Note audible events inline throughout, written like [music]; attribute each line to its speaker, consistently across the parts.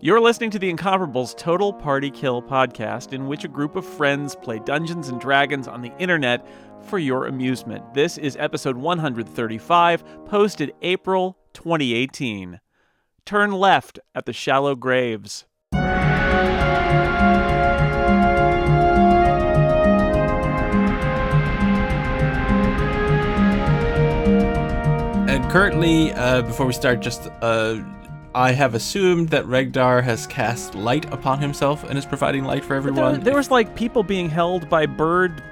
Speaker 1: You're listening to the Incomparables Total Party Kill podcast, in which a group of friends play Dungeons and Dragons on the internet for your amusement. This is episode 135, posted April 2018. Turn left at the shallow graves.
Speaker 2: And currently, uh, before we start, just uh, I have assumed that Regdar has cast light upon himself and is providing light for everyone.
Speaker 1: There, there was like people being held by bird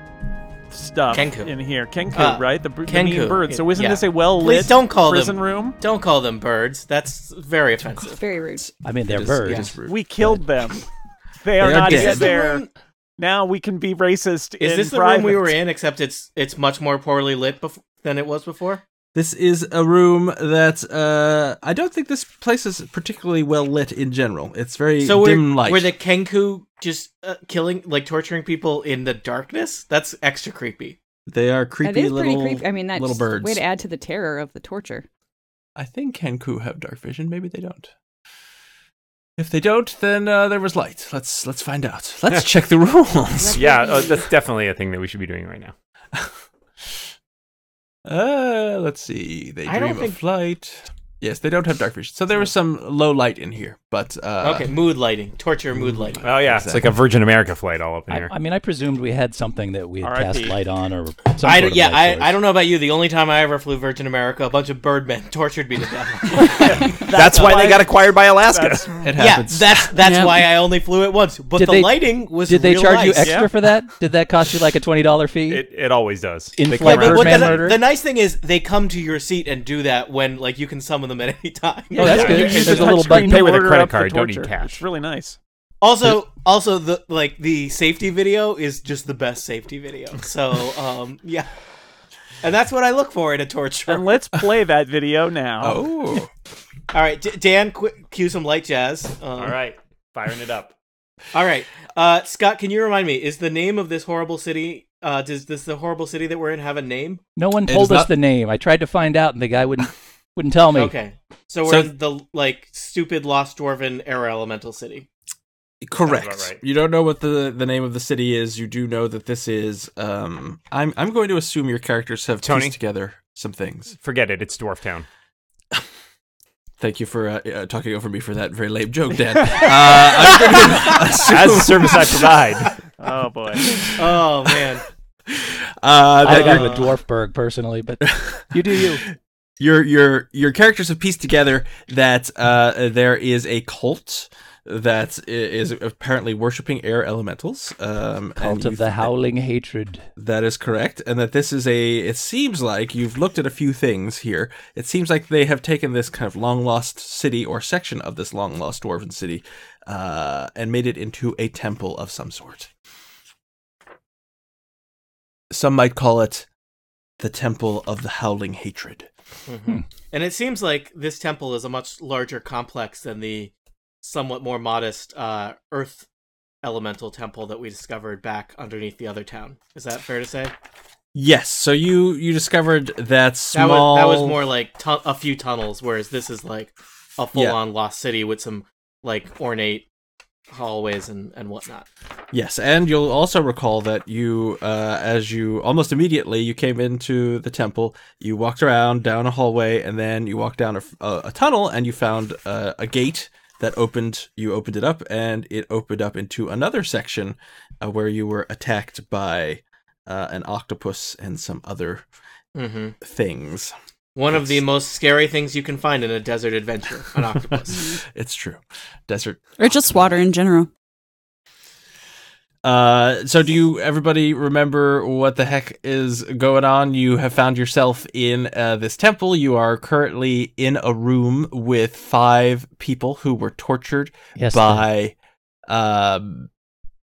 Speaker 1: stuff
Speaker 3: Kenku.
Speaker 1: in here. Kenku,
Speaker 3: Ah,
Speaker 1: right? The, br- the
Speaker 3: Kenku.
Speaker 1: mean bird. So isn't
Speaker 3: Yeah.
Speaker 1: this a well lit
Speaker 3: Please don't call them-
Speaker 1: prison room?
Speaker 3: Don't call them birds. That's very offensive.
Speaker 4: Very rude.
Speaker 5: I mean, they're
Speaker 2: It is-
Speaker 5: birds.
Speaker 2: it is rude.
Speaker 1: We killed
Speaker 3: [laughs]
Speaker 1: them. They are,
Speaker 2: are
Speaker 1: not
Speaker 2: dead.
Speaker 1: yet
Speaker 2: Is this the
Speaker 1: there. Now we can be racist.
Speaker 3: Is
Speaker 1: in
Speaker 3: this the
Speaker 1: private.
Speaker 3: room we were in? Except it's it's much more poorly lit bef- than it was before.
Speaker 2: This is a room that uh, I don't think this place is particularly well lit in general. It's very
Speaker 3: So
Speaker 2: dim
Speaker 3: were,
Speaker 2: light.
Speaker 3: were the Kenku just uh, killing, like torturing people in the darkness? That's extra creepy.
Speaker 2: they are
Speaker 4: That
Speaker 2: creepy
Speaker 4: is pretty
Speaker 2: little
Speaker 4: creepy. I mean, that's
Speaker 2: little
Speaker 4: just a
Speaker 2: birds.
Speaker 4: way to add to the terror of the torture.
Speaker 2: I think Kenku have dark vision. Maybe they don't. If they don't, then uh, there was light. Let's let's find out.
Speaker 5: [laughs]
Speaker 2: Let's check the rules.
Speaker 6: [laughs] Yeah, uh, that's definitely a thing that we should be doing right now.
Speaker 2: Uh, let's see. They
Speaker 3: I
Speaker 2: dream
Speaker 3: don't
Speaker 2: of
Speaker 3: think-
Speaker 2: flight. Yes, they don't have dark vision. So there was some low light in here, but uh,
Speaker 3: okay, mood lighting, torture, mood lighting.
Speaker 6: Oh yeah, it's like a Virgin America flight all up in
Speaker 5: I,
Speaker 6: here.
Speaker 5: I mean, I presumed we had something that we had
Speaker 1: RIP.
Speaker 5: cast light on or some
Speaker 3: I
Speaker 5: sort
Speaker 3: don't,
Speaker 5: of
Speaker 3: yeah,
Speaker 5: light source.
Speaker 3: I, I don't know about you. The only time I ever flew Virgin America, a bunch of birdmen [laughs] tortured me to death.
Speaker 6: That's, why, they got acquired by Alaska.
Speaker 1: That's-
Speaker 2: it
Speaker 3: yeah,
Speaker 2: happens.
Speaker 3: that's that's
Speaker 5: Yeah.
Speaker 3: why I only flew it once. But
Speaker 5: Did
Speaker 3: the
Speaker 5: they-
Speaker 3: lighting was
Speaker 5: Did they
Speaker 3: real
Speaker 5: charge you
Speaker 3: nice.
Speaker 5: extra for that? Did that cost you like a twenty dollar fee?
Speaker 6: It, it always does.
Speaker 5: In
Speaker 6: They
Speaker 5: flight
Speaker 6: come around.
Speaker 5: Birdman
Speaker 3: the,
Speaker 5: murder?
Speaker 3: the nice thing is they come to your seat and do that when like you can summon them at any time.
Speaker 5: Oh, that's good.
Speaker 1: you use
Speaker 5: There's
Speaker 1: the
Speaker 5: a little
Speaker 1: touchscreen
Speaker 5: button.
Speaker 1: to
Speaker 6: Pay with a
Speaker 1: order
Speaker 6: credit
Speaker 1: up the
Speaker 6: card, don't need
Speaker 1: torture.
Speaker 6: cash.
Speaker 1: It's really [laughs] nice.
Speaker 3: [laughs] Also, also the like the safety video is just the best safety video. So um yeah, and that's what I look for in a torture.
Speaker 1: And let's play that video now.
Speaker 6: [laughs]
Speaker 2: Oh,
Speaker 3: All right, D- Dan, qu- cue some light jazz. Um,
Speaker 6: All right, firing it up.
Speaker 3: all right. Uh, Scott, can you remind me? Is the name of this horrible city? Uh, does this the horrible city that we're in have a name?
Speaker 5: no one
Speaker 2: It
Speaker 5: told
Speaker 2: is
Speaker 5: us
Speaker 2: not-
Speaker 5: the name. I tried to find out, and the guy wouldn't [laughs] wouldn't tell me.
Speaker 3: Okay, so we're
Speaker 2: So-
Speaker 3: in the like stupid lost dwarven era elemental city.
Speaker 2: correct.
Speaker 6: Sounds about right.
Speaker 2: You don't know what the, the name of the city is. You do know that this is. Um, I'm I'm going to assume your characters have
Speaker 6: Tony?
Speaker 2: pieced together some things.
Speaker 6: Forget it. It's Dwarf Town.
Speaker 2: Thank you for uh, uh, talking over me for that very lame joke,
Speaker 3: [laughs]
Speaker 2: Dan. uh, I'm going to assume
Speaker 6: [laughs] As a service I provide.
Speaker 1: Oh, boy.
Speaker 3: Oh man,
Speaker 2: [laughs] uh,
Speaker 5: I
Speaker 2: that
Speaker 5: think I'm
Speaker 2: your,
Speaker 5: a dwarfberg personally, but [laughs] you do you.
Speaker 2: your your your characters have pieced together that uh, there is a cult that i- is apparently worshiping air elementals. Um, and
Speaker 5: Cult
Speaker 2: you
Speaker 5: of the
Speaker 2: th-
Speaker 5: Howling Hatred.
Speaker 2: That is correct, and that this is a. It seems like you've looked at a few things here. It seems like they have taken this kind of long lost city or section of this long lost dwarven city, uh, and made it into a temple of some sort. Some might call it the Temple of the Howling Hatred.
Speaker 3: and it seems like this temple is a much larger complex than the somewhat more modest uh, earth elemental temple that we discovered back underneath the other town. Is that fair to say?
Speaker 2: Yes, so you you discovered that
Speaker 3: That
Speaker 2: small.
Speaker 3: was, that was more like tu- a few tunnels, whereas this is like a full on lost city with some like ornate hallways and, and whatnot.
Speaker 2: Yes, and you'll also recall that you, uh, as you almost immediately you came into the temple, you walked around down a hallway, and then you walked down a, f- a- a tunnel, and you found uh, a gate that opened. You opened it up, and it opened up into another section uh, where you were attacked by uh, an octopus and some other
Speaker 3: Mm-hmm.
Speaker 2: things.
Speaker 3: One of the most scary things you can find in a desert adventure an octopus.
Speaker 2: It's true, desert.
Speaker 4: Or just water in general.
Speaker 2: Uh, so do you everybody remember what the heck is going on? You have found yourself in uh, this temple. You are currently in a room with five people who were tortured
Speaker 5: Yes,
Speaker 2: by. Um,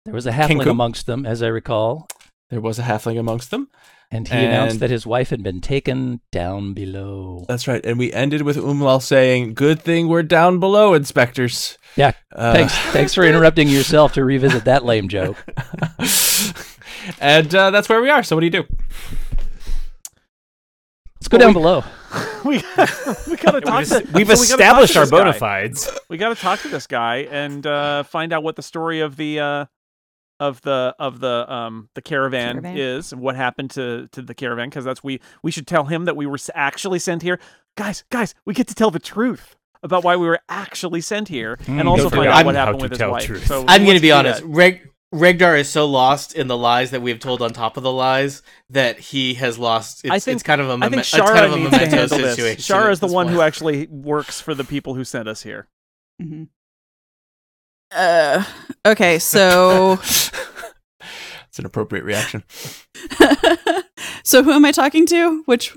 Speaker 5: there was a halfling
Speaker 2: Kenku.
Speaker 5: amongst them, as I recall,
Speaker 2: there was a halfling amongst them.
Speaker 5: and he announced
Speaker 2: And-
Speaker 5: that his wife had been taken down below.
Speaker 2: That's right. And we ended with Umlal saying, "Good thing we're down below, inspectors."
Speaker 5: Yeah,
Speaker 2: Uh,
Speaker 5: thanks, thanks for interrupting yourself to revisit that lame joke.
Speaker 2: [laughs] and uh, that's where we are. So what do you do?
Speaker 5: Let's go down below.
Speaker 1: [laughs] we we gotta talk to.
Speaker 6: We've
Speaker 1: so we gotta
Speaker 6: established
Speaker 1: talk
Speaker 6: our
Speaker 1: to this
Speaker 6: bona
Speaker 1: guy.
Speaker 6: fides.
Speaker 1: We gotta talk to this guy and uh, find out what the story of the uh, of the of the um the caravan,
Speaker 4: Caravan.
Speaker 1: is and what happened to to the caravan because that's we we should tell him that we were s- actually sent here. Guys, guys, we get to tell the truth about why we were actually sent here and
Speaker 5: Hmm,
Speaker 1: also
Speaker 6: don't
Speaker 1: find
Speaker 6: forget
Speaker 1: out what
Speaker 6: how
Speaker 1: happened
Speaker 6: to
Speaker 1: with his
Speaker 6: tell
Speaker 1: wife.
Speaker 6: truth.
Speaker 1: So
Speaker 3: I'm going
Speaker 1: let's
Speaker 3: to be
Speaker 1: do
Speaker 3: honest.
Speaker 1: that.
Speaker 3: Reg- Regdar is so lost in the lies that we have told on top of the lies that he has lost. It's,
Speaker 1: I think-
Speaker 3: it's kind of a,
Speaker 1: I
Speaker 3: mem-
Speaker 1: think
Speaker 3: it's kind of
Speaker 1: Shara
Speaker 3: a
Speaker 1: needs to
Speaker 3: memento
Speaker 1: handle this.
Speaker 3: situation.
Speaker 1: Shara
Speaker 3: at
Speaker 1: is the
Speaker 3: this
Speaker 1: one who
Speaker 3: point.
Speaker 1: actually works for the people who sent us here.
Speaker 4: hmm Uh,
Speaker 2: [laughs]
Speaker 4: okay, so
Speaker 2: it's an appropriate reaction.
Speaker 4: so who am I talking to? Which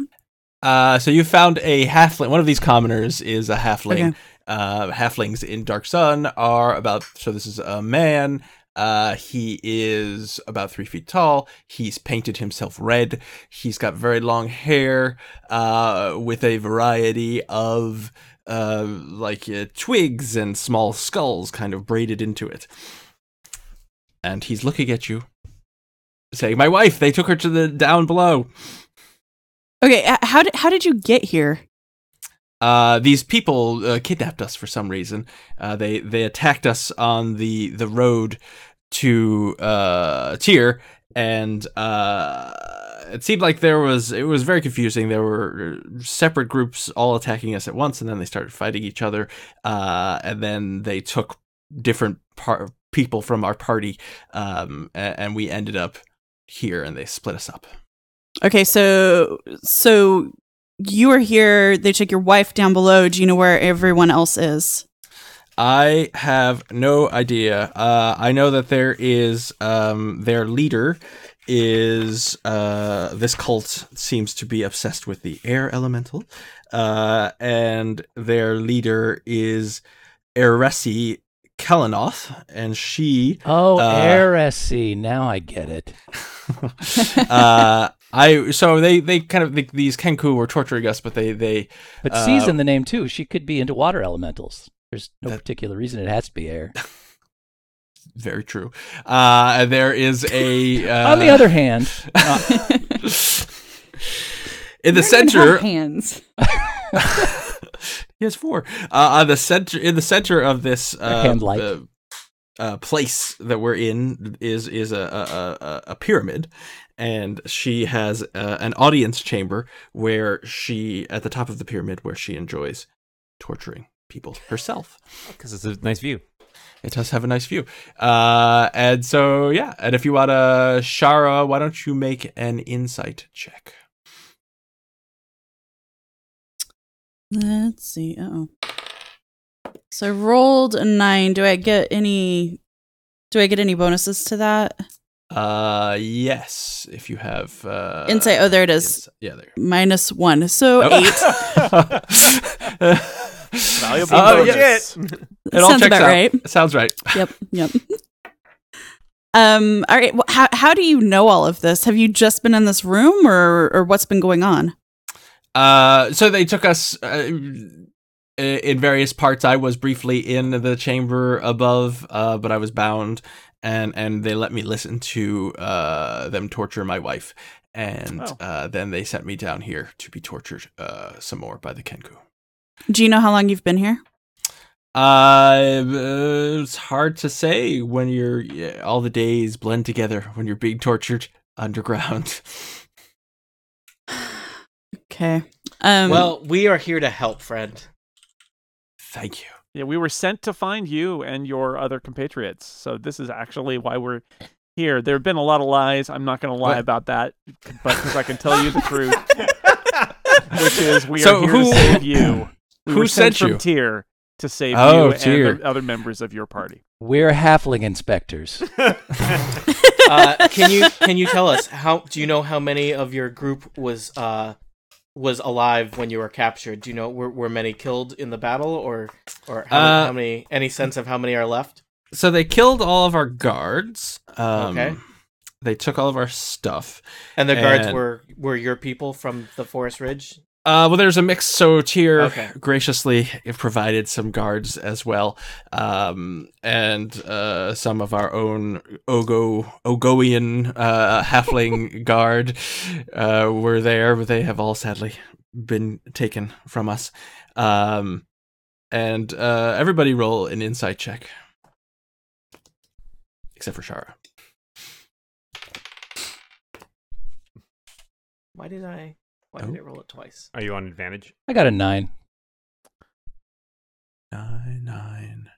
Speaker 2: Uh, so you found a halfling. One of these commoners is a halfling.
Speaker 4: Okay.
Speaker 2: Uh, halflings in Dark Sun are about. So this is a man. Uh, he is about three feet tall. He's painted himself red. He's got very long hair uh, with a variety of uh, like uh, twigs and small skulls kind of braided into it. And he's looking at you, saying, "My wife. They took her to the down below."
Speaker 4: okay, uh, how did how did you get here?
Speaker 2: Uh, these people uh, kidnapped us for some reason. Uh, they they attacked us on the the road to uh, Tyr, and uh, it seemed like there was it was very confusing. There were uh, separate groups all attacking us at once, and then they started fighting each other. Uh, and then they took different par- people from our party, um, a- and, we ended up here, and they split us up.
Speaker 4: Okay, so so you were here. They took your wife down below. Do you know where everyone else is?
Speaker 2: I have no idea. Uh, I know that there is um, their leader is uh, this cult seems to be obsessed with the air elemental, uh, and their leader is Eresi Kalanoth, and
Speaker 5: [laughs]
Speaker 2: she
Speaker 5: Oh,
Speaker 2: Uh,
Speaker 5: Eresi. Now I get it.
Speaker 2: uh, I so they they kind of these Kenku were torturing us, but they they
Speaker 5: But
Speaker 2: Uh,
Speaker 5: season the name too. She could be into water elementals. There's no
Speaker 2: That-
Speaker 5: particular reason it has to be air.
Speaker 2: very true. Uh, there is a uh,
Speaker 5: On the other hand,
Speaker 2: [laughs] in Uh, the
Speaker 4: You don't even have
Speaker 2: center
Speaker 4: hands.
Speaker 2: [laughs] he has four uh, on the center in the center of this uh,
Speaker 5: hand light.
Speaker 2: uh, uh, place that we're in is is a a, a, a pyramid and she has uh, an audience chamber where she at the top of the pyramid where she enjoys torturing people herself
Speaker 6: Because it's a nice view.
Speaker 2: it does have a nice view uh, and so yeah and if you want to shara why don't you make an insight check
Speaker 4: Let's see. Oh, so I rolled a nine. Do I get any? Do I get any bonuses to that?
Speaker 2: uh yes if you have uh
Speaker 4: Insight. Oh, there it is. Oh,
Speaker 2: ins- yeah there
Speaker 4: Minus one.
Speaker 2: [laughs]
Speaker 4: So eight.
Speaker 2: eight.
Speaker 6: Valuable
Speaker 2: Oh,
Speaker 6: bonus.
Speaker 2: yeah. It all
Speaker 4: Sounds
Speaker 2: checks out. [laughs]
Speaker 4: about right.
Speaker 2: Sounds right.
Speaker 4: Yep. Yep. um. All right. Well, how how do you know all of this? Have you just been in this room, or or what's been going on?
Speaker 2: Uh, so they took us uh, in various parts. I was briefly in the chamber above, uh, but I was bound, and and they let me listen to uh, them torture my wife, and
Speaker 1: Oh.
Speaker 2: uh, then they sent me down here to be tortured uh, some more by the Kenku.
Speaker 4: Do you know how long you've been here?
Speaker 2: Uh, it's hard to say when you're yeah, all the days blend together when you're being tortured underground. [laughs]
Speaker 4: Okay. Um.
Speaker 3: Well, we are here to help, friend.
Speaker 1: [laughs]
Speaker 2: Thank you.
Speaker 1: Yeah, we were sent to find you and your other compatriots. So this is actually why we're here. There have been a lot of lies. I'm not going to lie
Speaker 2: What?
Speaker 1: about that, but because I can tell
Speaker 6: [laughs]
Speaker 1: you the truth, which is we
Speaker 2: So
Speaker 1: are here
Speaker 2: who-
Speaker 1: to save you. We
Speaker 2: who
Speaker 1: were sent,
Speaker 2: sent
Speaker 1: from
Speaker 2: you?
Speaker 1: Tier to save
Speaker 2: Oh,
Speaker 1: you
Speaker 2: Tyr.
Speaker 1: and the other members of your party.
Speaker 5: we're halfling inspectors.
Speaker 3: Uh, can you can you tell us how do you know how many of your group was uh was alive when you were captured? Do you know were, were many killed in the battle or or how,
Speaker 2: Uh,
Speaker 3: many, how many any sense of how many are left?
Speaker 2: So they killed all of our guards. Um,
Speaker 3: Okay.
Speaker 2: They took all of our stuff.
Speaker 3: And the guards
Speaker 2: and-
Speaker 3: were were your people from the Forest Ridge?
Speaker 2: Uh, well, there's a mix. So Tyr
Speaker 3: Okay.
Speaker 2: graciously provided some guards as well, um, and uh, some of our own Ogo [laughs] Ogoian uh, halfling guard uh, were there, but they have all sadly been taken from us. Um, and uh, everybody roll an insight check, except for Shara.
Speaker 3: Why did I? Why
Speaker 2: Oh.
Speaker 3: did it roll it twice?
Speaker 6: Are you on advantage?
Speaker 5: I got
Speaker 2: [laughs]
Speaker 5: a nine.
Speaker 2: Nine nine.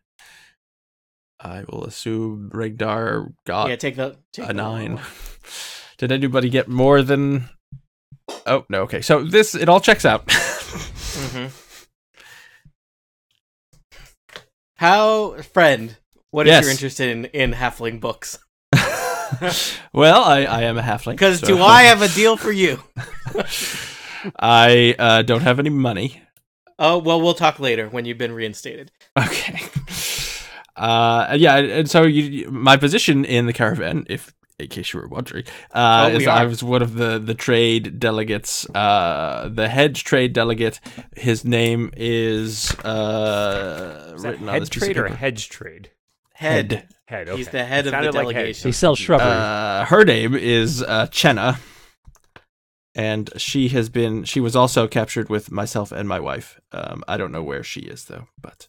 Speaker 2: I will assume Regdar got
Speaker 3: yeah, take the take
Speaker 2: Uh, a
Speaker 3: the lower
Speaker 2: nine.
Speaker 3: one.
Speaker 2: [laughs] Did anybody get more than? Oh no. Okay, so this it all checks
Speaker 3: [laughs]
Speaker 2: out. [laughs]
Speaker 3: Mhm. How friend? What is
Speaker 2: Yes.
Speaker 3: your interest in in halfling
Speaker 2: [laughs]
Speaker 3: books?
Speaker 2: well, I, I am a halfling.
Speaker 3: Because
Speaker 2: so- [laughs]
Speaker 3: do I have a deal for you?
Speaker 2: I uh, don't have any money.
Speaker 3: Oh well, we'll talk later when you've been reinstated.
Speaker 2: [laughs] Okay. Uh, and yeah, and so you, you- my position in the caravan, if in case you were wondering, uh,
Speaker 3: Oh, we
Speaker 2: is I
Speaker 3: are.
Speaker 2: was one of the the trade delegates, uh, the hedge trade delegate. His name is uh,
Speaker 6: Is that
Speaker 2: written on
Speaker 6: head
Speaker 2: this piece of
Speaker 6: trade or
Speaker 2: paper.
Speaker 6: hedge trade?
Speaker 3: Head.
Speaker 6: Head. Okay.
Speaker 3: He's the head
Speaker 6: It
Speaker 3: of the
Speaker 6: sounded like head.
Speaker 3: delegation.
Speaker 5: He
Speaker 6: [laughs]
Speaker 5: sells shrubbery.
Speaker 2: Uh, her name is uh, Chenna, and she has been. She was also captured with myself and my wife. Um, I don't know where she is though, but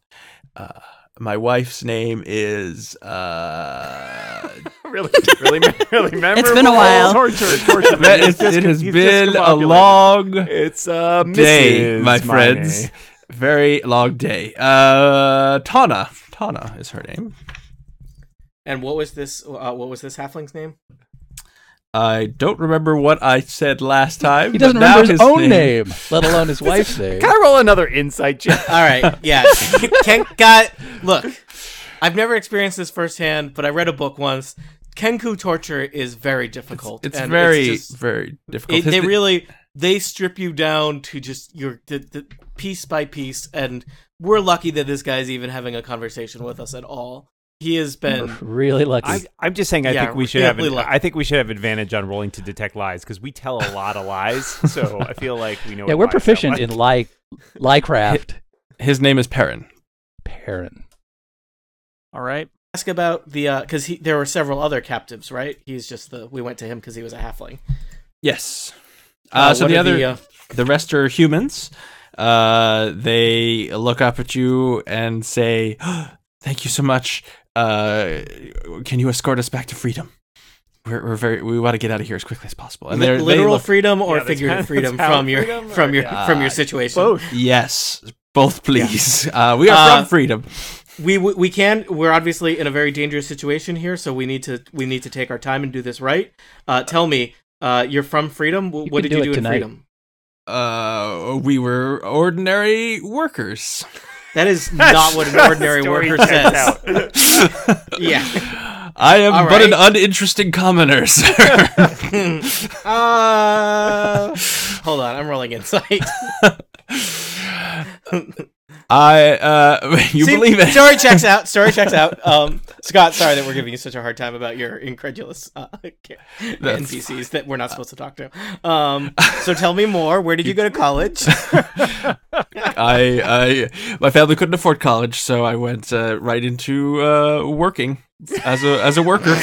Speaker 2: uh, my wife's name is. Uh,
Speaker 6: really, really, [laughs] really memorable.
Speaker 4: been a while.
Speaker 6: Torture, torture.
Speaker 2: that
Speaker 6: He's
Speaker 2: is,
Speaker 6: just-
Speaker 2: it has
Speaker 6: he's
Speaker 2: been a
Speaker 6: discombobulated.
Speaker 2: long
Speaker 6: It's uh,
Speaker 2: day,
Speaker 6: Mrs.
Speaker 2: my
Speaker 6: Miney.
Speaker 2: friends. Very long day. Uh, Tana. Tana is her name.
Speaker 3: And what was this? Uh, what was this halfling's name?
Speaker 2: I don't remember what I said last time.
Speaker 5: he doesn't
Speaker 2: but now
Speaker 5: remember his own
Speaker 2: name.
Speaker 5: name, let
Speaker 2: [laughs]
Speaker 5: alone his wife's name.
Speaker 6: Can I roll another insight check?
Speaker 3: All right, yeah. Ken got look. I've never experienced this firsthand, but I read a book once. Kenku torture is very difficult.
Speaker 2: It's
Speaker 3: and
Speaker 2: very,
Speaker 3: just-
Speaker 2: very difficult.
Speaker 3: it,
Speaker 2: His
Speaker 3: they
Speaker 2: na-
Speaker 3: really they strip you down to just your the, the, piece by piece, and we're lucky that this guy's even having a conversation with us at all. He has been
Speaker 5: really lucky.
Speaker 6: I, [laughs] I'm just saying. I
Speaker 3: Yeah,
Speaker 6: think we should
Speaker 3: yeah,
Speaker 6: have.
Speaker 3: we
Speaker 6: An,
Speaker 3: like-
Speaker 6: I think we should have advantage on rolling to detect lies because we tell a lot of lies. So I feel like we know.
Speaker 5: yeah,
Speaker 6: what
Speaker 5: we're
Speaker 6: lies
Speaker 5: proficient
Speaker 6: sound
Speaker 5: in
Speaker 6: like.
Speaker 5: lie, liecraft.
Speaker 2: His name is Perrin.
Speaker 5: Parent.
Speaker 1: All right.
Speaker 3: ask about the because he there were several other captives, right? He's just the we went to him because he was a halfling.
Speaker 2: Yes. Uh, so
Speaker 3: what
Speaker 2: the
Speaker 3: are
Speaker 2: other, the,
Speaker 3: uh,
Speaker 2: rest are humans. Uh, they look up at you and say, [gasps] "Thank you so much. Uh, can you escort us back to freedom? We're, we're very. We want to get out of here as quickly as possible." And
Speaker 3: li-
Speaker 2: they're they
Speaker 3: literal
Speaker 2: look-
Speaker 3: freedom or
Speaker 6: Yeah, that's
Speaker 3: figurative
Speaker 6: kinda-
Speaker 3: freedom
Speaker 6: that's how
Speaker 3: from your
Speaker 6: freedom
Speaker 3: from
Speaker 6: or-
Speaker 3: your
Speaker 2: yeah.
Speaker 3: from your situation.
Speaker 6: Both.
Speaker 2: yes, both please. Uh, we are
Speaker 3: Uh,
Speaker 2: from freedom.
Speaker 3: we we we can we're obviously in a very dangerous situation here so we need to we need to take our time and do this right uh tell me uh you're from freedom Wh-
Speaker 5: You
Speaker 3: what did
Speaker 5: can do
Speaker 3: you
Speaker 5: it
Speaker 3: do in
Speaker 5: tonight.
Speaker 3: freedom
Speaker 2: Uh, we were ordinary workers.
Speaker 3: that is not what an ordinary
Speaker 6: [laughs] Story
Speaker 3: worker
Speaker 6: checks
Speaker 3: says [laughs]
Speaker 6: out.
Speaker 3: yeah
Speaker 2: [laughs] I am
Speaker 3: All
Speaker 2: but an uninteresting commoner,
Speaker 3: [laughs]
Speaker 2: sir.
Speaker 3: uh hold on i'm rolling insight
Speaker 2: I uh, [laughs] [laughs] you
Speaker 3: See,
Speaker 2: believe it?
Speaker 3: story checks out story
Speaker 2: [laughs]
Speaker 3: checks out um scott sorry that we're giving you such a hard time about your incredulous uh, [laughs] npcs that we're not supposed to talk to um so tell me more where did you go to college
Speaker 2: [laughs] I, I, my family couldn't afford college, so I went uh, right into uh, working as a as a worker.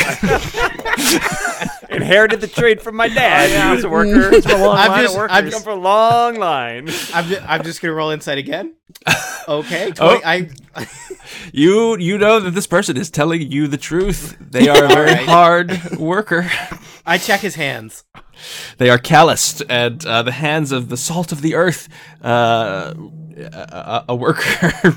Speaker 6: Inherited the trade from my dad. He was a worker. Oh, [laughs] It's a long
Speaker 3: I'm
Speaker 6: line
Speaker 3: just- I'm
Speaker 6: of workers.
Speaker 3: just-
Speaker 6: Come from a long [laughs] line.
Speaker 3: I'm just, I'm just gonna roll
Speaker 2: [laughs]
Speaker 3: inside again. Okay, 20,
Speaker 2: Oh.
Speaker 3: I
Speaker 2: you you know that this person is telling you the truth. They are a very
Speaker 3: Alright.
Speaker 2: hard worker.
Speaker 3: I check his hands.
Speaker 2: They are calloused at uh, the hands of the salt of the earth. Uh, a, a, a worker. [laughs]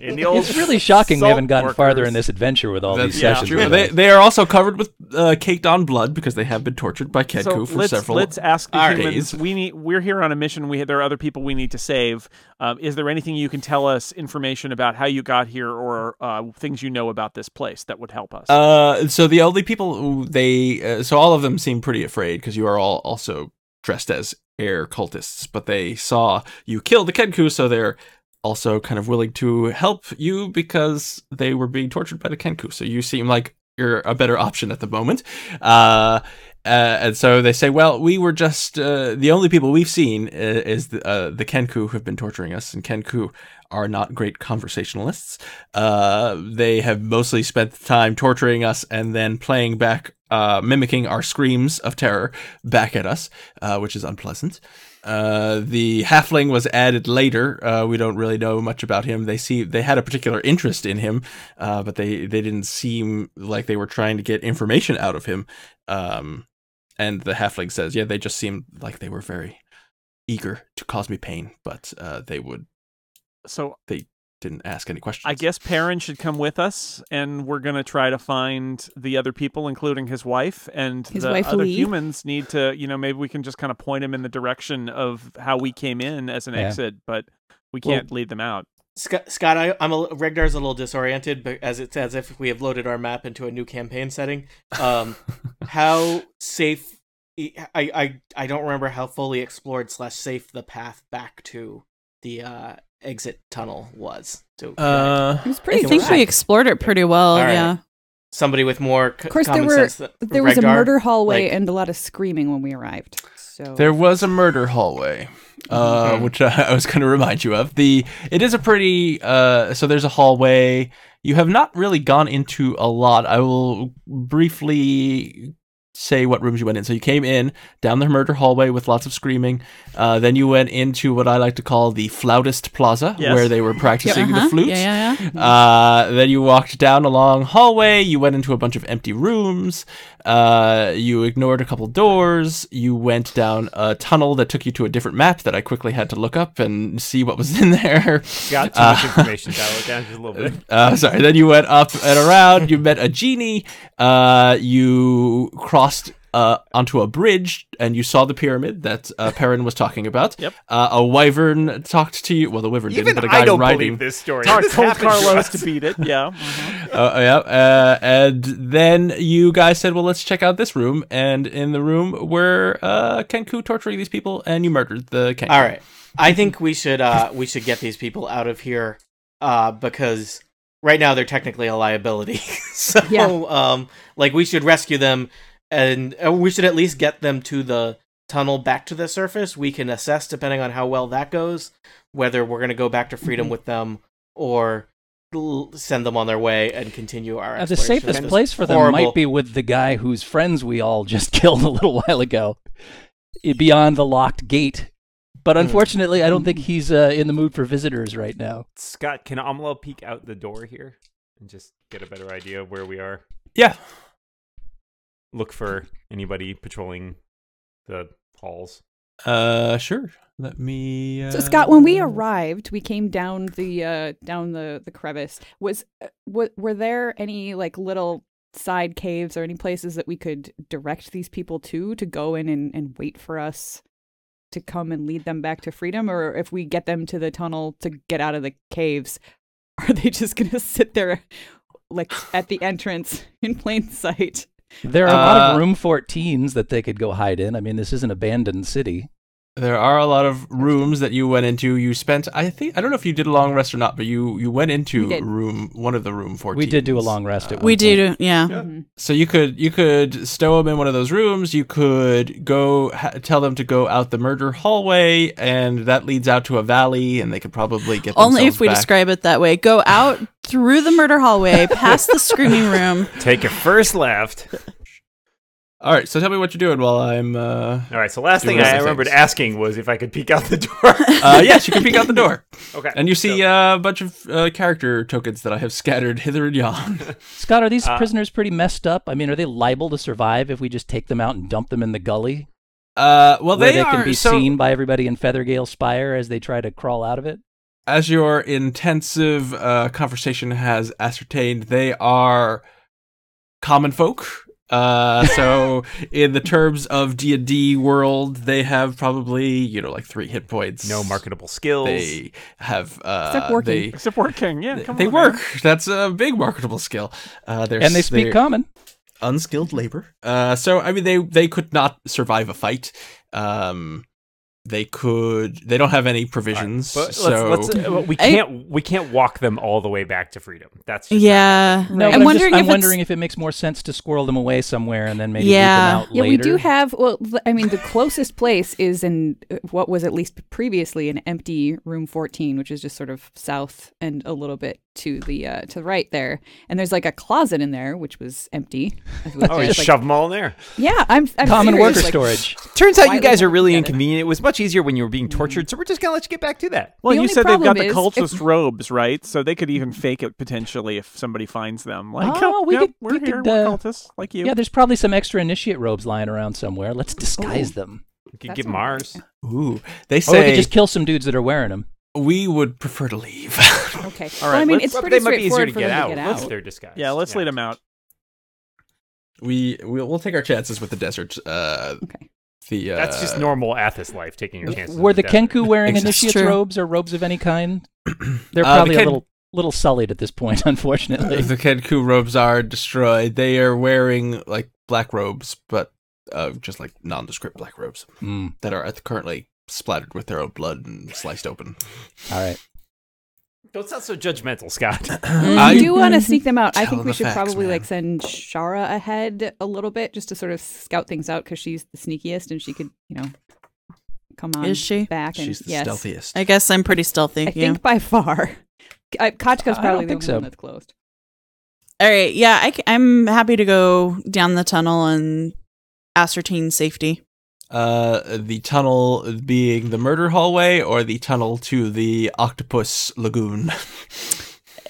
Speaker 6: In the old
Speaker 5: It's really shocking we
Speaker 6: salt
Speaker 5: haven't gotten farther
Speaker 6: workers.
Speaker 5: in this adventure with all
Speaker 2: That's
Speaker 5: these
Speaker 2: yeah,
Speaker 5: sessions.
Speaker 2: true.
Speaker 5: with
Speaker 2: They,
Speaker 5: us.
Speaker 2: they are also covered with uh, caked on blood because they have been tortured by Kedku
Speaker 1: so
Speaker 2: for
Speaker 1: let's,
Speaker 2: several.
Speaker 1: let's ask the
Speaker 3: All right.
Speaker 1: humans.
Speaker 2: days.
Speaker 1: We need. We're here on a mission. We there are other people we need to save. Um, is there anything you can tell us information about how you got here or uh, things you know about this place that would help us?
Speaker 2: Uh, so the only people who they uh, so all of them seem pretty afraid because you are all also dressed as air cultists, but they saw you kill the Kenku, so they're also kind of willing to help you because they were being tortured by the Kenku. So you seem like you're a better option at the moment. Uh, uh, and so they say, well, we were just uh, the only people we've seen uh, is the, uh, the Kenku who've been torturing us, and Kenku are not great conversationalists. Uh, they have mostly spent the time torturing us and then playing back uh, uh, mimicking our screams of terror back at us, uh, which is unpleasant. Uh, the halfling was added later. Uh, we don't really know much about him. They see they had a particular interest in him, uh, but they they didn't seem like they were trying to get information out of him. Um, and the halfling says, "Yeah, they just seemed like they were very eager to cause me pain, but uh, they would
Speaker 1: So
Speaker 2: didn't ask any questions."
Speaker 1: I guess Perrin should come with us, and we're gonna try to find the other people, including his wife, and
Speaker 7: His
Speaker 1: the
Speaker 7: wife
Speaker 1: other
Speaker 7: Lee.
Speaker 1: humans need to. You know, maybe we can just kind of point him in the direction of how we came in as an
Speaker 5: Yeah.
Speaker 1: exit, but we
Speaker 5: Well-
Speaker 1: can't lead them out.
Speaker 3: Scott, Scott I, I'm a, Regdar's a little disoriented, but as it's as if we have loaded our map into a new campaign setting.
Speaker 7: [laughs]
Speaker 3: Um, how safe? e, I, I I don't remember how fully explored slash safe the path back to the uh, exit tunnel was. So
Speaker 2: Uh,
Speaker 7: It was pretty.
Speaker 4: I think
Speaker 7: flat.
Speaker 4: we explored it pretty well.
Speaker 3: All right.
Speaker 4: Yeah.
Speaker 3: somebody with more c-
Speaker 7: Of course, there
Speaker 3: common
Speaker 7: were-
Speaker 3: sense. That,
Speaker 7: there was a
Speaker 3: Regdar,
Speaker 7: murder hallway
Speaker 3: like-
Speaker 7: and a lot of screaming when we arrived. So
Speaker 2: There was a murder hallway, uh,
Speaker 4: Mm-hmm.
Speaker 3: Mhm.
Speaker 2: which [laughs] I, I was going to remind you of. The it is a pretty uh, so there's a hallway. You have not really gone into a lot. I will briefly say what rooms you went in. So you came in down the murder hallway with lots of screaming. Uh, then you went into what I like to call the flautist plaza,
Speaker 1: Yes.
Speaker 2: where they were practicing
Speaker 4: Uh-huh.
Speaker 2: the flutes.
Speaker 4: Yeah, yeah, yeah.
Speaker 2: Uh, then you walked down a long hallway. You went into a bunch of empty rooms. Uh, you ignored a couple doors. You went down a tunnel that took you to a different map that I quickly had to look up and see what was [laughs] in there.
Speaker 6: Got too
Speaker 5: Uh,
Speaker 6: much information. Dial it down just a little
Speaker 5: [laughs]
Speaker 6: bit.
Speaker 2: Uh, sorry. Then you went up and around. You met a genie. Uh, you crossed uh, onto a bridge and you saw the pyramid that uh, Perrin was talking about.
Speaker 1: Yep.
Speaker 2: Uh, a wyvern talked to you. Well, the wyvern
Speaker 6: Even
Speaker 2: didn't, but a guy
Speaker 6: I don't
Speaker 2: riding.
Speaker 6: believe this story.
Speaker 2: [laughs]
Speaker 1: Tar-
Speaker 6: This
Speaker 1: told
Speaker 6: happened to
Speaker 1: Carlos
Speaker 6: us.
Speaker 1: to beat it. Yeah.
Speaker 2: uh, yeah. Uh, and then you guys said, "Well, let's check out this room." And in the room were uh, Kenku torturing these people, and you murdered the Kenku.
Speaker 3: All right. I think we should uh we should get these people out of here uh because right now they're technically a liability. [laughs] so
Speaker 7: Yeah.
Speaker 3: um like we should rescue them and uh, we should at least get them to the tunnel back to the surface. We can assess depending on how well that goes whether we're going to go back to freedom with them or l- send them on their way and continue our
Speaker 5: Uh, the
Speaker 3: exploration of
Speaker 5: safest
Speaker 3: this
Speaker 5: place for them
Speaker 3: horrible-
Speaker 5: might be with the guy whose friends we all just [laughs] killed a little while ago, i- beyond the locked gate.
Speaker 2: Hmm.
Speaker 5: But unfortunately, I don't think he's uh, in the mood for visitors right now.
Speaker 6: Scott, can Amlo peek out the door here and just get a better idea of where we are?
Speaker 2: Yeah.
Speaker 6: Look for anybody patrolling the halls.
Speaker 2: Uh, sure. Let me. Uh...
Speaker 7: So Scott, when we arrived, we came down the uh, down the the crevice. Was uh, wa- were there any like little side caves or any places that we could direct these people to to go in and, and wait for us to come and lead them back to freedom? Or if we get them to the tunnel to get out of the caves, are they just gonna [laughs] sit there like at the entrance in plain sight?
Speaker 5: There are a lot
Speaker 2: Uh,
Speaker 5: of room 14s that they could go hide in. I mean, this is an abandoned city.
Speaker 2: There are a lot of rooms that you went into. You spent, I think, I don't know if you did a long rest or not, but you you went into
Speaker 7: We did.
Speaker 2: room one of the room fourteen.
Speaker 5: We did do a long rest at
Speaker 4: We
Speaker 5: one point.
Speaker 4: do, yeah.
Speaker 7: Mhm.
Speaker 2: So you could you could stow them in one of those rooms. You could go ha- tell them to go out the murder hallway, and that leads out to a valley, and they could probably get
Speaker 4: Only
Speaker 2: themselves
Speaker 4: if we
Speaker 2: back.
Speaker 4: describe it that way. Go out through the murder hallway, past the screaming room.
Speaker 6: Take a first left.
Speaker 2: All right, so tell me what you're doing while I'm. Uh...
Speaker 6: All right. So last
Speaker 2: Doing
Speaker 6: thing I
Speaker 2: other
Speaker 6: remembered
Speaker 2: things.
Speaker 6: asking was if I could peek out the door.
Speaker 7: [laughs]
Speaker 2: uh, yes, you can peek out the
Speaker 5: [laughs]
Speaker 2: door,
Speaker 6: okay.
Speaker 2: and you see
Speaker 6: So,
Speaker 2: uh, a bunch of uh, character tokens that I have scattered hither and
Speaker 5: [laughs]
Speaker 2: yon.
Speaker 5: Scott, are these
Speaker 6: Uh,
Speaker 5: prisoners pretty messed up? I mean, are they liable to survive if we just take them out and dump them in the gully
Speaker 2: Uh, well,
Speaker 5: where
Speaker 2: they, are,
Speaker 5: can be
Speaker 2: so-
Speaker 5: seen by everybody in Feathergale Spire as they try to crawl out of it?
Speaker 2: as your intensive uh, conversation has ascertained, they are common folk. Uh, so in the terms of D and D world, they have probably you know like three hit points.
Speaker 6: no marketable skills.
Speaker 2: They have uh,
Speaker 7: Except working.
Speaker 2: They,
Speaker 1: Except working. Yeah.
Speaker 2: they,
Speaker 1: Come
Speaker 2: they
Speaker 1: on,
Speaker 2: work.
Speaker 1: man.
Speaker 2: That's a big marketable skill. Uh, they're,
Speaker 5: and they speak
Speaker 2: they're
Speaker 5: common.
Speaker 2: unskilled labor. Uh, so I mean, they they could not survive a fight. Um, They could. They don't have any provisions,
Speaker 6: But
Speaker 2: so
Speaker 6: let's, let's, uh, we
Speaker 4: I-
Speaker 6: can't we can't walk them all the way back to freedom. That's just
Speaker 4: Yeah.
Speaker 5: No,
Speaker 4: I'm
Speaker 5: but
Speaker 4: wondering
Speaker 5: I'm, just,
Speaker 4: if
Speaker 5: I'm wondering
Speaker 4: it's,
Speaker 5: if it makes more sense to squirrel them away somewhere and then maybe
Speaker 4: Yeah.
Speaker 5: leave them out
Speaker 7: Yeah,
Speaker 5: later.
Speaker 7: we do have. Well, th- I mean, the closest place is in uh, what was at least previously an empty room fourteen, which is just sort of south and a little bit to the uh, to the right there. And there's like a closet in there, which was empty. as we [laughs]
Speaker 6: Oh, you
Speaker 7: just, like-
Speaker 6: shove them all in there.
Speaker 7: yeah, I'm, I'm
Speaker 5: common
Speaker 7: serious,
Speaker 5: worker
Speaker 7: like-
Speaker 5: storage.
Speaker 6: Turns out you
Speaker 7: Why
Speaker 6: guys
Speaker 7: live
Speaker 6: are really
Speaker 7: together? Mm.
Speaker 6: inconvenient. It was much easier when you were being tortured, so we're just gonna let you get back to that.
Speaker 1: Well,
Speaker 7: The
Speaker 1: you
Speaker 7: only
Speaker 1: said they've got
Speaker 7: problem
Speaker 1: the
Speaker 7: is
Speaker 1: cultist
Speaker 7: if-
Speaker 1: robes, right? So they could even fake it potentially if somebody finds them. Like,
Speaker 5: Oh,
Speaker 1: oh,
Speaker 5: we
Speaker 1: yeah,
Speaker 5: could-
Speaker 1: we're
Speaker 5: we
Speaker 1: here,
Speaker 5: could,
Speaker 1: we're
Speaker 5: uh,
Speaker 1: cultists, like you.
Speaker 5: Yeah, there's probably some extra initiate robes lying around somewhere. Let's disguise them.
Speaker 6: You could
Speaker 7: That's
Speaker 6: get
Speaker 7: all right.
Speaker 6: Mars.
Speaker 2: ooh, they
Speaker 5: Or we
Speaker 2: say
Speaker 5: could Oh, just kill some dudes that are wearing them.
Speaker 2: we would prefer to leave. [laughs]
Speaker 7: Okay.
Speaker 1: All
Speaker 7: All
Speaker 1: right,
Speaker 7: right. I mean,
Speaker 1: let's-
Speaker 7: it's
Speaker 6: Well,
Speaker 7: pretty
Speaker 6: they might be easier
Speaker 7: straightforward
Speaker 6: to
Speaker 7: for
Speaker 6: get
Speaker 7: them
Speaker 6: out.
Speaker 7: to get
Speaker 6: Let's
Speaker 7: out.
Speaker 6: their disguise.
Speaker 1: yeah, let's lead them out.
Speaker 2: we we'll, we'll take our chances with the desert. Uh,
Speaker 7: Okay.
Speaker 2: the uh,
Speaker 6: That's just normal Athos life, taking your chances.
Speaker 5: Were
Speaker 6: in
Speaker 5: the
Speaker 6: desert.
Speaker 5: Kenku wearing
Speaker 2: Exactly.
Speaker 5: initiates
Speaker 4: True.
Speaker 5: robes or robes of
Speaker 2: [clears throat]
Speaker 5: any kind? They're
Speaker 2: Uh, the
Speaker 5: probably
Speaker 2: Ken-
Speaker 5: a little little sullied at this point, [laughs]
Speaker 2: [laughs]
Speaker 5: unfortunately.
Speaker 2: the Kenku robes are destroyed. They are wearing like black robes, but uh, just like nondescript black robes
Speaker 5: Mm,
Speaker 2: that are at- currently splattered with their own blood and sliced open.
Speaker 5: all right.
Speaker 6: Don't sound so judgmental, Scott.
Speaker 2: [laughs] I-
Speaker 7: I Mm, do want to sneak them out. I
Speaker 2: Mm-hmm. Tell
Speaker 7: think we
Speaker 2: the
Speaker 7: should
Speaker 2: facts,
Speaker 7: probably
Speaker 2: man.
Speaker 7: like send Shara ahead a little bit just to sort of scout things out because she's the sneakiest and she could, you know, come on
Speaker 4: Is she?
Speaker 7: back and
Speaker 2: She's the
Speaker 7: yes.
Speaker 2: stealthiest.
Speaker 4: I guess I'm pretty stealthy.
Speaker 7: I
Speaker 4: yeah.
Speaker 7: think by far. I, Kachka's
Speaker 5: I
Speaker 7: probably
Speaker 5: don't
Speaker 7: the only one
Speaker 5: think so.
Speaker 7: that's closed.
Speaker 4: All right. Yeah, I, am happy to go down the tunnel and ascertain safety.
Speaker 2: Uh, the tunnel being the murder hallway, or the tunnel to the octopus lagoon.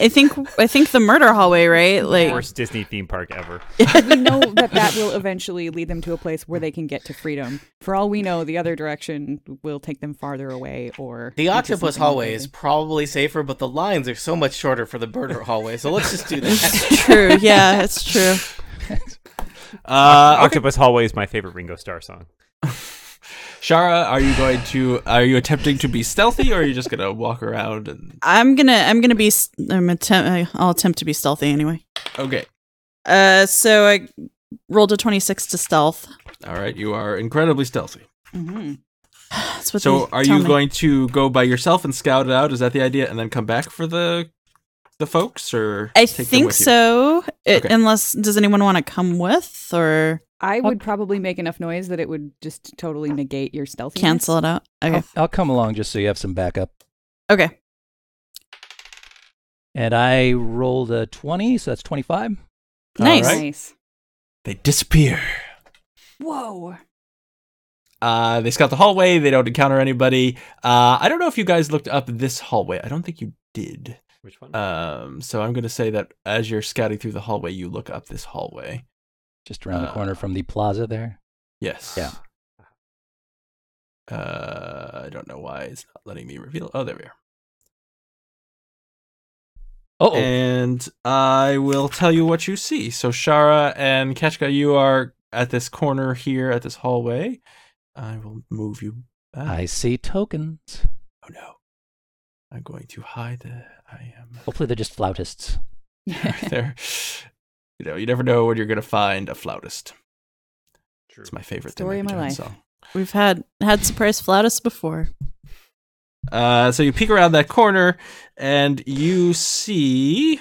Speaker 4: I think I think the murder hallway, right? Like,
Speaker 6: Worst Disney theme park ever.
Speaker 7: we know that that will eventually lead them to a place where they can get to freedom. For all we know, the other direction will take them farther away or
Speaker 3: The
Speaker 7: into
Speaker 3: octopus
Speaker 7: something more
Speaker 3: hallway is
Speaker 7: crazy.
Speaker 3: probably safer, but the lines are so much shorter for the murder hallway. So let's just do
Speaker 5: [laughs]
Speaker 3: that.
Speaker 4: true. Yeah, it's true.
Speaker 2: Uh, okay.
Speaker 6: Octopus Hallway is my favorite Ringo Starr song.
Speaker 2: Shara, are you going to? Are you attempting to be stealthy, or are you just gonna walk around and?
Speaker 4: I'm gonna I'm gonna be s- I'm attempt I'll attempt to be stealthy anyway.
Speaker 2: Okay,
Speaker 4: Uh, so I rolled a twenty six to stealth.
Speaker 2: all right. You are incredibly stealthy.
Speaker 7: Mhm.
Speaker 4: That's what.
Speaker 2: So,
Speaker 4: they
Speaker 2: are
Speaker 4: tell
Speaker 2: you
Speaker 4: me.
Speaker 2: going to go by yourself and scout it out? Is that the idea, and then come back for the the folks, or
Speaker 4: I
Speaker 2: take them
Speaker 4: think
Speaker 2: with you?
Speaker 4: so. It,
Speaker 2: Okay.
Speaker 4: Unless does anyone want to come with or
Speaker 7: I would probably make enough noise that it would just totally negate your stealthiness.
Speaker 4: cancel it out? Okay.
Speaker 5: I'll, I'll come along just so you have some backup.
Speaker 4: Okay.
Speaker 5: And I rolled a 20, so that's 25.
Speaker 2: All
Speaker 4: Nice.
Speaker 2: right.
Speaker 7: Nice.
Speaker 2: They disappear.
Speaker 7: Whoa. [laughs]
Speaker 2: Uh, they scout the hallway. They don't encounter anybody. Uh, I don't know if you guys looked up this hallway. I don't think you did.
Speaker 6: Which one?
Speaker 2: Um, so I'm gonna say that as you're scouting through the hallway, you look up this hallway.
Speaker 5: Just around the
Speaker 2: Uh,
Speaker 5: corner from the plaza there.
Speaker 2: Yes.
Speaker 7: Ah.
Speaker 5: Yeah.
Speaker 2: Uh, I don't know why it's not letting me reveal. Oh, there we are.
Speaker 5: Oh,
Speaker 2: And I will tell you what you see. So Shara and Keshka, you are at this corner here at this hallway. I will move you back.
Speaker 5: I see tokens.
Speaker 2: Oh no. I'm going to hide the I
Speaker 7: [laughs]
Speaker 2: am
Speaker 5: Hopefully they're just flautists.
Speaker 2: there. You know, you never know when you're gonna find a flautist. It's my favorite
Speaker 7: Story of
Speaker 2: thing.
Speaker 7: my life.
Speaker 2: Song.
Speaker 4: We've had had surprise flautists before.
Speaker 2: Uh, so you peek around that corner and you see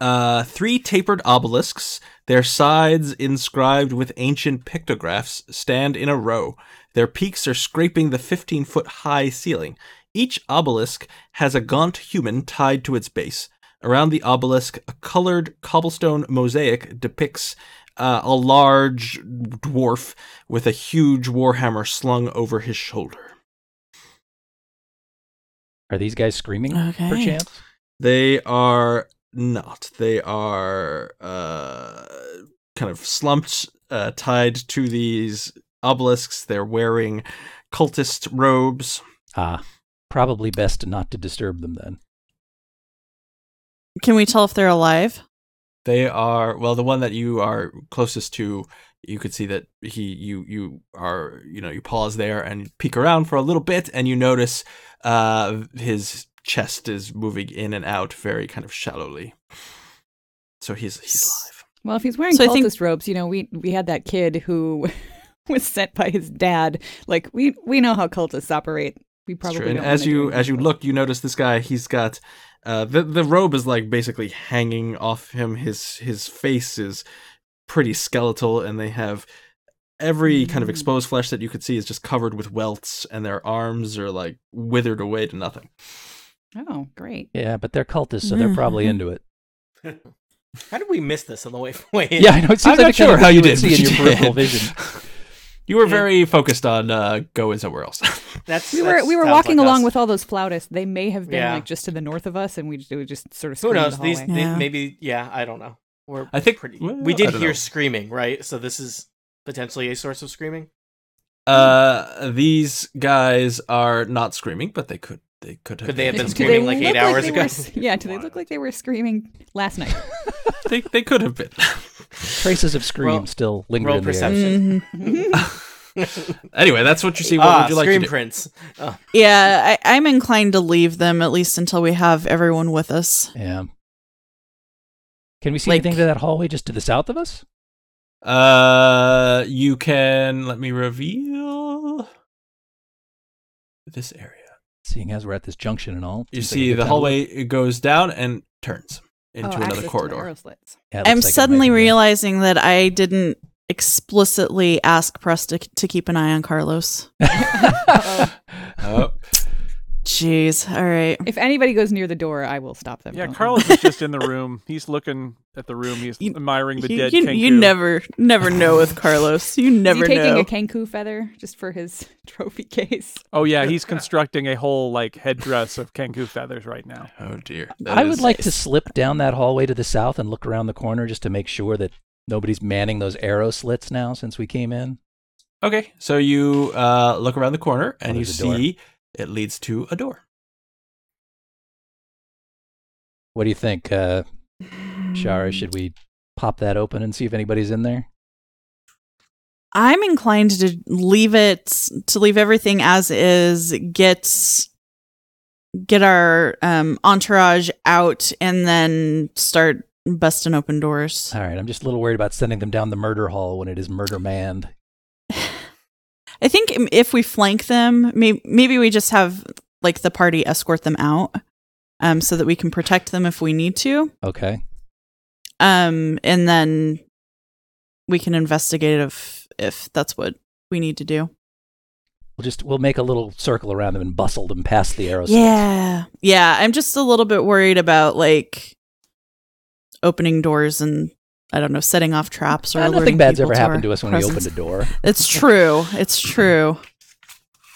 Speaker 2: uh, three tapered obelisks, their sides inscribed with ancient pictographs, stand in a row. Their peaks are scraping the 15 foot high ceiling. Each obelisk has a gaunt human tied to its base. Around the obelisk, a colored cobblestone mosaic depicts uh, a large dwarf with a huge warhammer slung over his shoulder.
Speaker 5: Are these guys screaming,
Speaker 4: Okay.
Speaker 5: perchance?
Speaker 2: They are not. They are uh, kind of slumped, uh, tied to these obelisks. They're wearing cultist robes.
Speaker 5: Ah, probably best not to disturb them then.
Speaker 4: Can we tell if they're alive?
Speaker 2: They are well. The one that you are closest to, you could see that he, you, you are, you know, you pause there and peek around for a little bit, and you notice uh, his chest is moving in and out very kind of shallowly. So he's he's alive.
Speaker 7: Well, if he's wearing
Speaker 4: So I
Speaker 7: cultist
Speaker 4: think-
Speaker 7: robes, you know, we we had that kid who [laughs] was sent by his dad. Like we we know how cultists operate. We
Speaker 2: It's
Speaker 7: probably
Speaker 2: true. And
Speaker 7: don't
Speaker 2: as
Speaker 7: wanna do
Speaker 2: you
Speaker 7: anything
Speaker 2: as you
Speaker 7: with it.
Speaker 2: look, you notice this guy. He's got uh, the the robe is like basically hanging off him. His his face is pretty skeletal, and they have every kind of
Speaker 7: Mm.
Speaker 2: exposed flesh that you could see is just covered with welts, and their arms are like withered away to nothing.
Speaker 7: Oh, great.
Speaker 5: Yeah, but they're cultists, so
Speaker 4: Mm-hmm.
Speaker 5: they're probably into it.
Speaker 3: How did we miss this on the way [laughs] way in?
Speaker 5: Yeah, I know. It
Speaker 2: I'm not
Speaker 5: seems like the kind
Speaker 2: sure
Speaker 5: of
Speaker 2: how
Speaker 5: thing
Speaker 2: you
Speaker 5: would
Speaker 2: did.
Speaker 5: see
Speaker 2: but
Speaker 5: in your
Speaker 2: you
Speaker 5: peripheral
Speaker 2: did. [laughs]
Speaker 5: vision.
Speaker 2: You were very focused on uh, going somewhere else.
Speaker 3: That's that's-
Speaker 7: We were we were
Speaker 3: sounds
Speaker 7: walking
Speaker 3: like
Speaker 7: along
Speaker 3: us.
Speaker 7: with all those flautists. They may have been
Speaker 3: Yeah.
Speaker 7: like just to the north of us, and we just, we just sort of
Speaker 3: Who
Speaker 7: screamed in
Speaker 3: knows?
Speaker 7: The
Speaker 3: These
Speaker 7: hallway.
Speaker 3: they-
Speaker 4: Yeah.
Speaker 3: maybe yeah. I don't know. We're
Speaker 2: I think-
Speaker 3: pretty.
Speaker 2: well,
Speaker 3: we
Speaker 2: I
Speaker 3: did
Speaker 2: don't
Speaker 3: hear
Speaker 2: know.
Speaker 3: screaming, right? So this is potentially a source of
Speaker 2: [laughs]
Speaker 3: screaming.
Speaker 2: Uh, these guys are not screaming, but they could. They could have.
Speaker 3: Could they [laughs] have been
Speaker 7: [laughs] Do they
Speaker 3: screaming like eight
Speaker 7: look
Speaker 3: hours
Speaker 7: they
Speaker 3: ago?
Speaker 7: were s- yeah, do they look like they were screaming
Speaker 3: [laughs]
Speaker 7: last night?
Speaker 2: They, they could have been.
Speaker 5: Traces of scream
Speaker 3: Roll-
Speaker 5: still linger
Speaker 3: roll
Speaker 5: in the air.
Speaker 3: perception.
Speaker 4: Mhm.
Speaker 7: Mm-hmm. Oh,
Speaker 2: anyway, that's what you see. What
Speaker 3: ah,
Speaker 2: would you like
Speaker 3: scream
Speaker 2: to do?
Speaker 3: prints. Oh,
Speaker 4: Yeah, I, I'm inclined to leave them at least until we have everyone with us.
Speaker 5: Yeah. Can we see
Speaker 4: Like-
Speaker 5: anything to that hallway just to the south of us?
Speaker 2: Uh, you can let me reveal this area.
Speaker 5: Seeing as we're at this junction and all.
Speaker 2: You
Speaker 5: seems like a
Speaker 2: see
Speaker 5: good
Speaker 2: the
Speaker 5: time.
Speaker 2: hallway it goes down and turns into
Speaker 7: Oh, access to
Speaker 2: another
Speaker 7: the
Speaker 2: corridor.
Speaker 7: arrow slits.
Speaker 5: Yeah, it looks like it
Speaker 4: I'm
Speaker 5: might
Speaker 4: suddenly
Speaker 5: be there.
Speaker 4: realizing that I didn't explicitly ask Press to, to keep an eye on Carlos.
Speaker 5: [laughs]
Speaker 2: [laughs] Oh,
Speaker 4: Jeez. All right.
Speaker 7: If anybody goes near the door, I will stop them.
Speaker 1: Yeah,
Speaker 7: Don't-
Speaker 3: [laughs]
Speaker 1: Carlos is just in the room. He's looking at the room. He's
Speaker 4: [laughs] You-
Speaker 1: admiring the
Speaker 4: You,
Speaker 1: dead.
Speaker 4: you,
Speaker 1: Kenku.
Speaker 4: you never never know with Carlos. You
Speaker 7: Is he
Speaker 4: never
Speaker 7: taking
Speaker 4: know.
Speaker 7: a Kenku feather just for his [laughs] trophy case?
Speaker 1: Oh yeah,
Speaker 4: [laughs]
Speaker 1: he's constructing a whole like headdress of Kenku feathers right now.
Speaker 2: oh dear. That
Speaker 5: I would
Speaker 2: is-
Speaker 5: like to slip down that hallway to the south and look around the corner just to make sure that nobody's manning those arrow slits now since we came in.
Speaker 2: Okay, so you uh look around the corner and
Speaker 5: Oh,
Speaker 2: you
Speaker 5: there's a door.
Speaker 2: see it leads to a door.
Speaker 5: What do you think, uh,
Speaker 4: Mm.
Speaker 5: Shara? Should we pop that open and see if anybody's in there?
Speaker 4: I'm inclined to leave it to leave everything as is. Get get our um, entourage out and then start busting open doors.
Speaker 1: Uh,
Speaker 5: All right, I'm just a little worried about sending them down the murder hall when it is murder manned.
Speaker 4: I think im- if we flank them, may- maybe we just have like the party escort them out, um, so that we can protect them if we need to.
Speaker 5: Okay.
Speaker 4: Um, and then we can investigate if if that's what we need to do.
Speaker 5: We'll just we'll make a little circle around them and bustle them past the arrow slits. Uh,
Speaker 4: Yeah. Yeah. I'm just a little bit worried about like opening doors and I don't know, setting off traps or
Speaker 5: Uh,
Speaker 4: alerting
Speaker 5: nothing bad's
Speaker 4: people
Speaker 5: ever happened
Speaker 4: our
Speaker 5: to us when we
Speaker 4: presence.
Speaker 5: opened a door.
Speaker 4: It's true. It's true.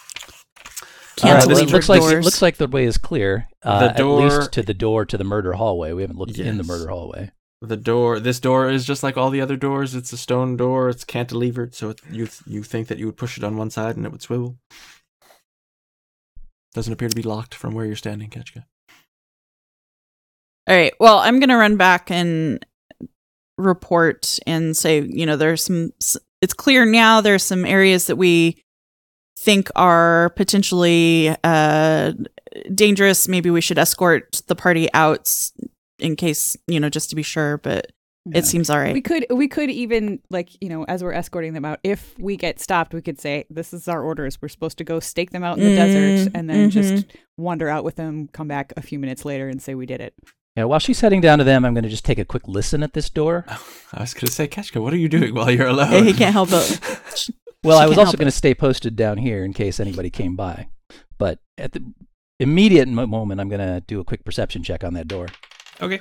Speaker 2: All right,
Speaker 5: Uh,
Speaker 4: Cancel
Speaker 2: this
Speaker 5: well,
Speaker 2: is
Speaker 5: it looks
Speaker 4: doors.
Speaker 5: like it looks like the way is clear. Uh,
Speaker 2: The door-
Speaker 5: at least to the door to the murder hallway. We haven't looked in the
Speaker 2: Yes.
Speaker 5: murder hallway.
Speaker 2: The door. This door is just like all the other doors. It's a stone door. It's cantilevered, so it, you you think that you would push it on one side and it would swivel. Doesn't appear to be locked from where you're standing, Ketchka. [laughs]
Speaker 4: All right. Well, I'm going to run back and report and say, you know, there's some, s- it's clear now there's some areas that we think are potentially uh, dangerous. Maybe we should escort the party out s- in case, you know, just to be sure, but
Speaker 7: Yeah.
Speaker 4: it seems all
Speaker 7: We
Speaker 4: right.
Speaker 7: could we could even like you know as we're escorting them out, if we get stopped, we could say this is our orders. We're supposed to go stake them out in the
Speaker 4: Mm, mm-hmm.
Speaker 7: desert and then just wander out with them, come back a few minutes later and say we did it.
Speaker 5: Yeah, while she's heading down to them, I'm going to just take a quick listen at this door.
Speaker 2: I was gonna say, Ketchka, what are you doing while you're alone?
Speaker 4: Yeah, he can't help it.
Speaker 5: Well,
Speaker 4: She
Speaker 5: I was
Speaker 4: can't
Speaker 5: also
Speaker 4: help
Speaker 5: going to stay posted down here in case anybody came by. But at the immediate mo- moment, I'm going to do a quick perception check on that door,
Speaker 2: Okay.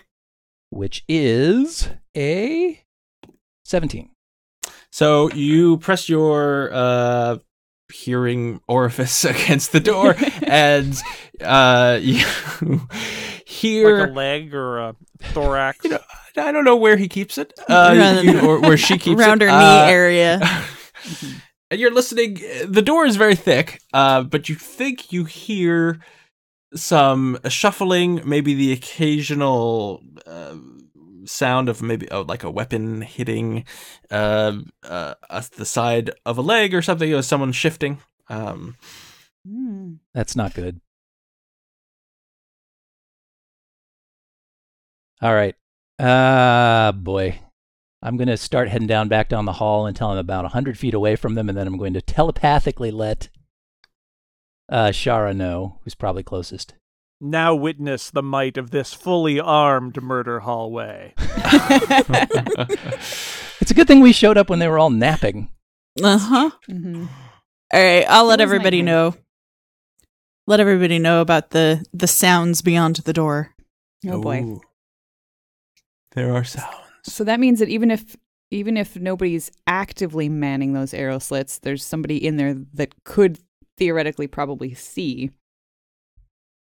Speaker 5: which is a 17.
Speaker 2: So you press your uh, hearing orifice [laughs] against the
Speaker 4: [laughs]
Speaker 2: door, and uh, [laughs] you hear
Speaker 1: Like a leg or a
Speaker 4: [laughs]
Speaker 1: thorax.
Speaker 2: you know, I don't know where he keeps it, uh,
Speaker 4: Rather
Speaker 2: you-
Speaker 4: than-
Speaker 2: or where she keeps
Speaker 4: Around
Speaker 2: it.
Speaker 4: her
Speaker 2: uh,
Speaker 4: knee area.
Speaker 2: [laughs]
Speaker 4: [laughs]
Speaker 2: and you're listening. The door is very thick, uh, but you think you hear some shuffling, maybe the occasional uh, sound of maybe oh, like a weapon hitting uh, uh, uh, the side of a leg or something, or someone shifting. Um,
Speaker 7: Hmm.
Speaker 5: That's not good. All right. Ah, boy. I'm going to start heading down back down the hall until I'm about 100 feet away from them, and then I'm going to telepathically let uh, Shara know, who's probably closest.
Speaker 1: Now witness the might of this fully armed murder hallway.
Speaker 5: It's a good thing we showed up when they were all napping.
Speaker 4: Uh huh.
Speaker 7: hmm
Speaker 4: All right, I'll let
Speaker 7: It was
Speaker 4: everybody
Speaker 7: nightmare.
Speaker 4: know. Let everybody know about the the sounds beyond the door.
Speaker 7: [laughs] Oh boy.
Speaker 2: Ooh. There are sounds.
Speaker 7: So that means that even if even if nobody's actively manning those arrow slits, there's somebody in there that could theoretically probably see.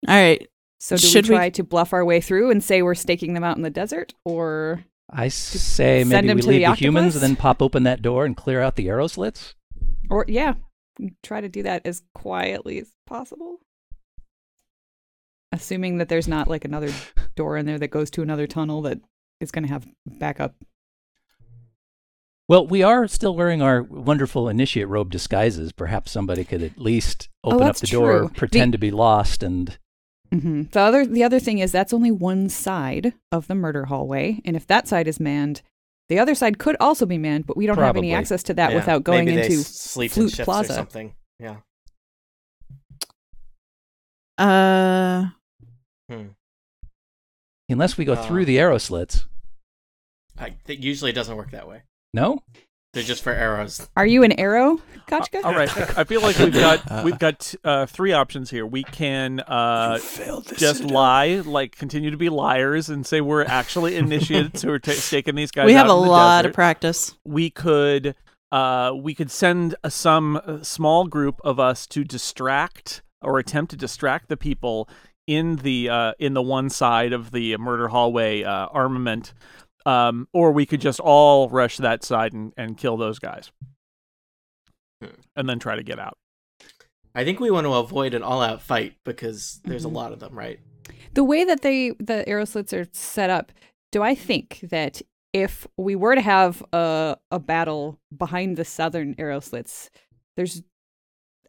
Speaker 4: All right.
Speaker 7: So do
Speaker 4: Should
Speaker 7: we
Speaker 4: we-
Speaker 7: try to bluff our way through and say we're staking them out in the desert, or
Speaker 5: I say
Speaker 7: send
Speaker 5: maybe
Speaker 7: him
Speaker 5: we
Speaker 7: to
Speaker 5: leave
Speaker 7: the
Speaker 5: the, humans and
Speaker 7: octopus?
Speaker 5: then pop open that door and clear out the arrow slits.
Speaker 7: or yeah, try to do that as quietly as possible. Assuming that there's not like another door in there that goes to another tunnel that is going to have backup.
Speaker 5: Well, we are still wearing our wonderful initiate robe disguises. Perhaps somebody could at least
Speaker 7: Oh,
Speaker 5: open up
Speaker 7: that's
Speaker 5: the door,
Speaker 7: true. The-
Speaker 5: pretend to be lost, and
Speaker 3: Mm-hmm.
Speaker 7: hmm The other the other thing is that's only one side of the murder hallway, and if that side is manned, the other side could also be manned, but we don't have
Speaker 5: Probably.
Speaker 7: any access to that
Speaker 3: Yeah,
Speaker 7: without going
Speaker 3: maybe they
Speaker 7: into.
Speaker 3: s- sleep in
Speaker 7: Flute
Speaker 3: ships
Speaker 7: Plaza.
Speaker 3: or something. Yeah.
Speaker 4: Uh,
Speaker 3: Hmm.
Speaker 5: unless we go
Speaker 7: Ah.
Speaker 3: Uh.
Speaker 5: through the arrow slits.
Speaker 3: I, it usually doesn't work that way.
Speaker 5: No,
Speaker 3: They're just for arrows.
Speaker 7: Are you an arrow, Kachka?
Speaker 3: Uh,
Speaker 1: All right. I feel like we've got we've got uh, three options here. We can uh,
Speaker 2: failed this.
Speaker 1: just lie, like continue to be liars, and say we're
Speaker 4: [laughs]
Speaker 1: actually initiates who are ta taking these guys.
Speaker 4: we
Speaker 1: out
Speaker 4: have a
Speaker 1: in the
Speaker 4: lot
Speaker 1: desert.
Speaker 4: of practice.
Speaker 1: we could uh, we could send uh, some uh, small group of us to distract or attempt to distract the people in the uh, in the one side of the murder hallway uh, armament, um, or we could just all rush that side and, and kill those guys,
Speaker 3: Hmm.
Speaker 1: and then try to get out.
Speaker 3: I think we want to avoid an all-out fight because there's
Speaker 7: Mhm.
Speaker 3: a lot of them, right?
Speaker 7: the way that they the arrow slits are set up do i think that if we were to have a, a battle behind the southern arrow slits there's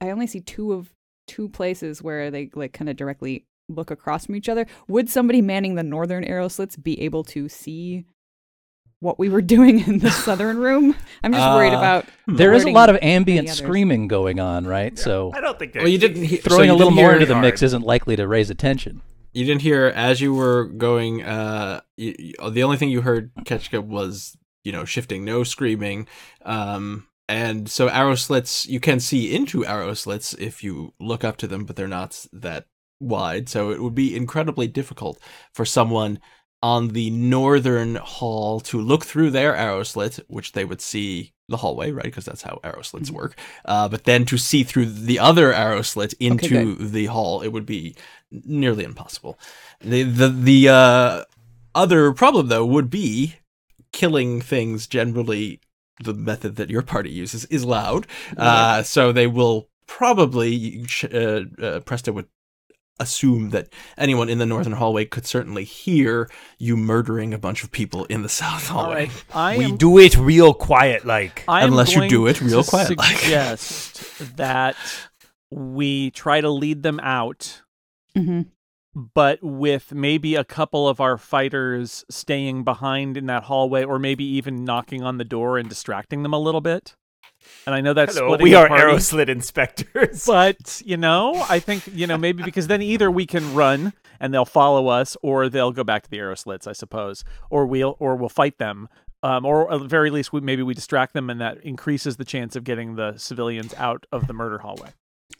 Speaker 7: i only see two of two places where they like kind of directly look across from each other would somebody manning the northern arrow slits be able to see what we were [laughs] doing in the southern room i'm just worried
Speaker 2: Uh,
Speaker 7: about
Speaker 5: there is a
Speaker 7: Hmm. Alerting
Speaker 5: lot of ambient
Speaker 7: others.
Speaker 5: screaming going on, right? So
Speaker 6: I don't think they
Speaker 2: Well, you didn't he- so
Speaker 5: throwing
Speaker 2: you
Speaker 5: a little
Speaker 2: didn't
Speaker 5: more
Speaker 2: hear-
Speaker 5: into the mix
Speaker 6: hard.
Speaker 5: isn't likely to raise attention.
Speaker 2: You didn't hear as you were going. Uh, you, you- the only thing you heard Ketchka was you know shifting, no screaming. Um, and so arrow slits you can see into arrow slits if you look up to them, but they're not that wide. So it would be incredibly difficult for someone on the northern hall to look through their arrow slit, which they would see the hallway, right? Because that's how arrow slits work. Uh, but then to see through the other arrow slit into the hall, it would be nearly impossible. The the the uh, other problem though would be killing things generally. The method that your party uses is loud, uh, so they will probably uh, uh, Presto would assume that anyone in the northern hallway could certainly hear you murdering a bunch of people in the [laughs] south hallway.
Speaker 1: I
Speaker 6: we
Speaker 1: am,
Speaker 6: do it real quiet, like.
Speaker 1: I am
Speaker 2: Unless you
Speaker 1: going
Speaker 2: do it real
Speaker 1: to
Speaker 2: quiet, like.
Speaker 1: Suggest that we try to lead them out.
Speaker 7: Mhm.
Speaker 1: but with maybe a couple of our fighters staying behind in that hallway or maybe even knocking on the door and distracting them a little bit. And I know that's
Speaker 6: Hello,
Speaker 1: splitting
Speaker 6: we
Speaker 1: the
Speaker 6: are
Speaker 1: party,
Speaker 6: arrow slit inspectors.
Speaker 1: But, you know, I think, you know, maybe because then either we can run and they'll follow us or they'll go back to the arrow slits, I suppose, or we'll or we'll fight them. Um, or at the very least, we, maybe we distract them, and that increases the chance of getting the civilians out of the murder hallway.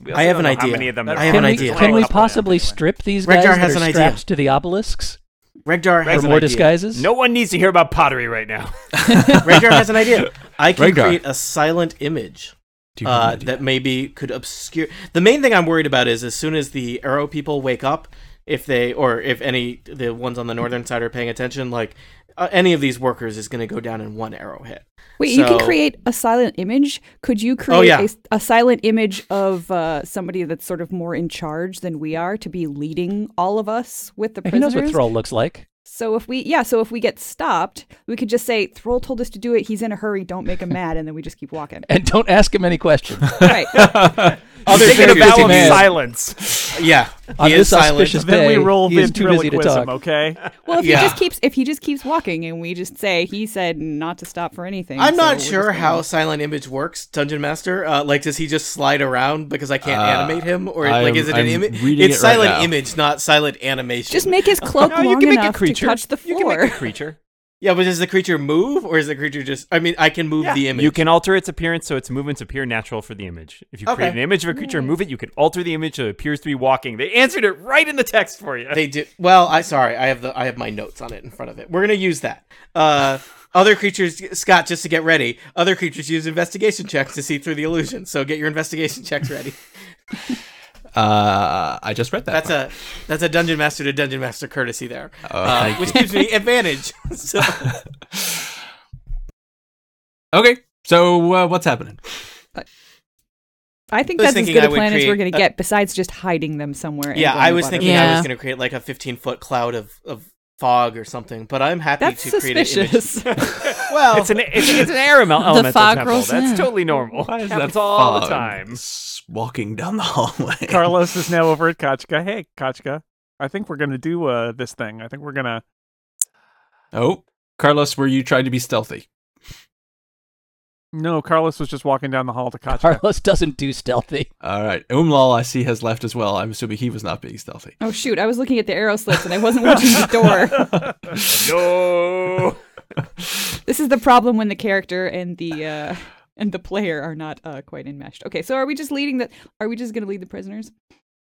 Speaker 6: We
Speaker 3: I have
Speaker 6: also
Speaker 3: an
Speaker 6: don't know How
Speaker 3: idea.
Speaker 6: many of them
Speaker 1: I
Speaker 6: there
Speaker 1: have
Speaker 3: an
Speaker 5: Can we,
Speaker 6: are.
Speaker 3: idea.
Speaker 5: can we
Speaker 6: Couple of them,
Speaker 5: possibly
Speaker 6: anyway.
Speaker 5: strip these
Speaker 3: Regdar
Speaker 5: guys that
Speaker 3: has
Speaker 5: are
Speaker 3: an idea.
Speaker 5: strapped to the obelisks
Speaker 3: Regdar has
Speaker 5: for
Speaker 3: an
Speaker 5: more
Speaker 3: idea.
Speaker 5: disguises?
Speaker 6: No one needs to hear about pottery right now.
Speaker 3: Regdar has an idea. [laughs] I can
Speaker 2: Regdar.
Speaker 3: create a silent image
Speaker 2: Do you have an
Speaker 3: uh,
Speaker 2: idea?
Speaker 3: that maybe could obscure. The main thing I'm worried about is as soon as the arrow people wake up, if they or if any the ones on the northern side are paying attention, like uh, any of these workers is going to go down in one arrow hit.
Speaker 7: Wait, you can
Speaker 3: So- Oh,
Speaker 7: create a silent image. Could you create
Speaker 3: yeah.
Speaker 7: a, a silent image of uh, somebody that's sort of more in charge than we are to be leading all of us with the
Speaker 5: He knows what
Speaker 7: prisoners?
Speaker 5: Thrall looks like. [laughs]
Speaker 7: So if we, yeah, so if we get stopped, we could just say Thrall told us
Speaker 3: [laughs]
Speaker 7: to do it. He's in a hurry. Don't make him mad, and then we just keep walking.
Speaker 5: And don't ask him any questions.
Speaker 7: right.
Speaker 2: Other
Speaker 6: Taking a
Speaker 2: serious
Speaker 6: vow of
Speaker 2: man.
Speaker 6: silence.
Speaker 2: yeah,
Speaker 5: On
Speaker 2: he
Speaker 5: this
Speaker 2: is silent.
Speaker 5: auspicious
Speaker 1: Then
Speaker 5: day,
Speaker 1: we roll
Speaker 5: he is too busy to talk.
Speaker 1: ventriloquism,
Speaker 5: [laughs]
Speaker 1: okay?
Speaker 7: Well, if
Speaker 3: Yeah.
Speaker 7: he just keeps if he just keeps walking and we just say he said not to stop for anything.
Speaker 3: I'm
Speaker 7: so we're
Speaker 3: not
Speaker 7: just
Speaker 3: sure
Speaker 7: gonna-
Speaker 3: how Silent Image works, Dungeon Master. Uh, like, does he just slide around because I can't
Speaker 2: Uh,
Speaker 3: animate him, or
Speaker 2: I
Speaker 3: like,
Speaker 2: am-
Speaker 3: is it an
Speaker 2: I'm
Speaker 3: image?
Speaker 2: reading
Speaker 3: It's
Speaker 2: it right
Speaker 3: Silent
Speaker 2: now.
Speaker 3: Image, not Silent Animation.
Speaker 7: Just
Speaker 3: [laughs]
Speaker 7: make his cloak
Speaker 6: No,
Speaker 7: long
Speaker 6: [laughs] you can make a
Speaker 7: enough
Speaker 6: creature.
Speaker 7: to touch the
Speaker 6: You can make
Speaker 7: floor.
Speaker 6: a creature.
Speaker 3: yeah, but does the creature move, or is the creature just? I mean, I can
Speaker 2: [laughs]
Speaker 3: move
Speaker 6: Yeah.
Speaker 3: the image.
Speaker 6: You can alter its appearance so its movements appear natural for the image. If you create
Speaker 3: Okay.
Speaker 6: an image of a creature and move it, you can alter the image so it appears to be walking. They answered it right in the text for you. [laughs]
Speaker 3: They do. Well, I sorry, I have the I have my notes on it in front of it. We're gonna use that. Uh, other creatures, Scott, just to get ready. Other creatures use investigation checks to see through the illusion. So get your investigation checks ready.
Speaker 2: Uh, I just read that.
Speaker 3: That's
Speaker 2: one.
Speaker 3: a that's a dungeon master to dungeon master courtesy there,
Speaker 2: Oh,
Speaker 3: uh,
Speaker 2: thank
Speaker 3: which gives me advantage. [laughs] So
Speaker 2: okay. So uh, what's happening?
Speaker 7: I think
Speaker 3: I was
Speaker 7: that's as
Speaker 3: thinking
Speaker 7: good
Speaker 3: I
Speaker 7: a
Speaker 3: would
Speaker 7: plan as we're
Speaker 3: create
Speaker 7: going
Speaker 3: a-
Speaker 7: to get, besides just hiding them somewhere. and
Speaker 3: yeah,
Speaker 7: going
Speaker 3: I was
Speaker 7: about
Speaker 3: thinking
Speaker 7: it.
Speaker 3: I was
Speaker 4: Yeah.
Speaker 3: gonna create like a 15 foot cloud of of fog or something, but I'm happy
Speaker 7: That's
Speaker 3: to create an
Speaker 1: [laughs]
Speaker 3: image. [laughs]
Speaker 7: suspicious.
Speaker 3: Well,
Speaker 6: it's an it's, it's an air emel- elemental
Speaker 4: fog
Speaker 6: temple.
Speaker 4: rolls
Speaker 6: That's
Speaker 4: in.
Speaker 6: totally normal.
Speaker 2: Why is
Speaker 6: Happens
Speaker 2: that
Speaker 6: all the
Speaker 2: fog
Speaker 6: time.
Speaker 2: s- Walking down the [laughs] hallway.
Speaker 1: Carlos is now over at Kachka. Hey, Kachka, I think we're gonna do uh, this thing. I think we're gonna.
Speaker 2: Oh, Carlos, were you trying to be stealthy?
Speaker 1: No, Carlos was just walking down the hall to Kachka. [laughs]
Speaker 5: Carlos doesn't do stealthy.
Speaker 2: All right. Umlal, I see, has left as well. I'm assuming he was not being stealthy.
Speaker 7: oh shoot! I was looking at the arrow slits and I wasn't watching the
Speaker 1: [laughs]
Speaker 7: door.
Speaker 6: No. [laughs]
Speaker 7: This is the problem when the character and the uh, and the player are not uh, quite enmeshed. Okay, so are we just leading the? Are we just going to lead the prisoners?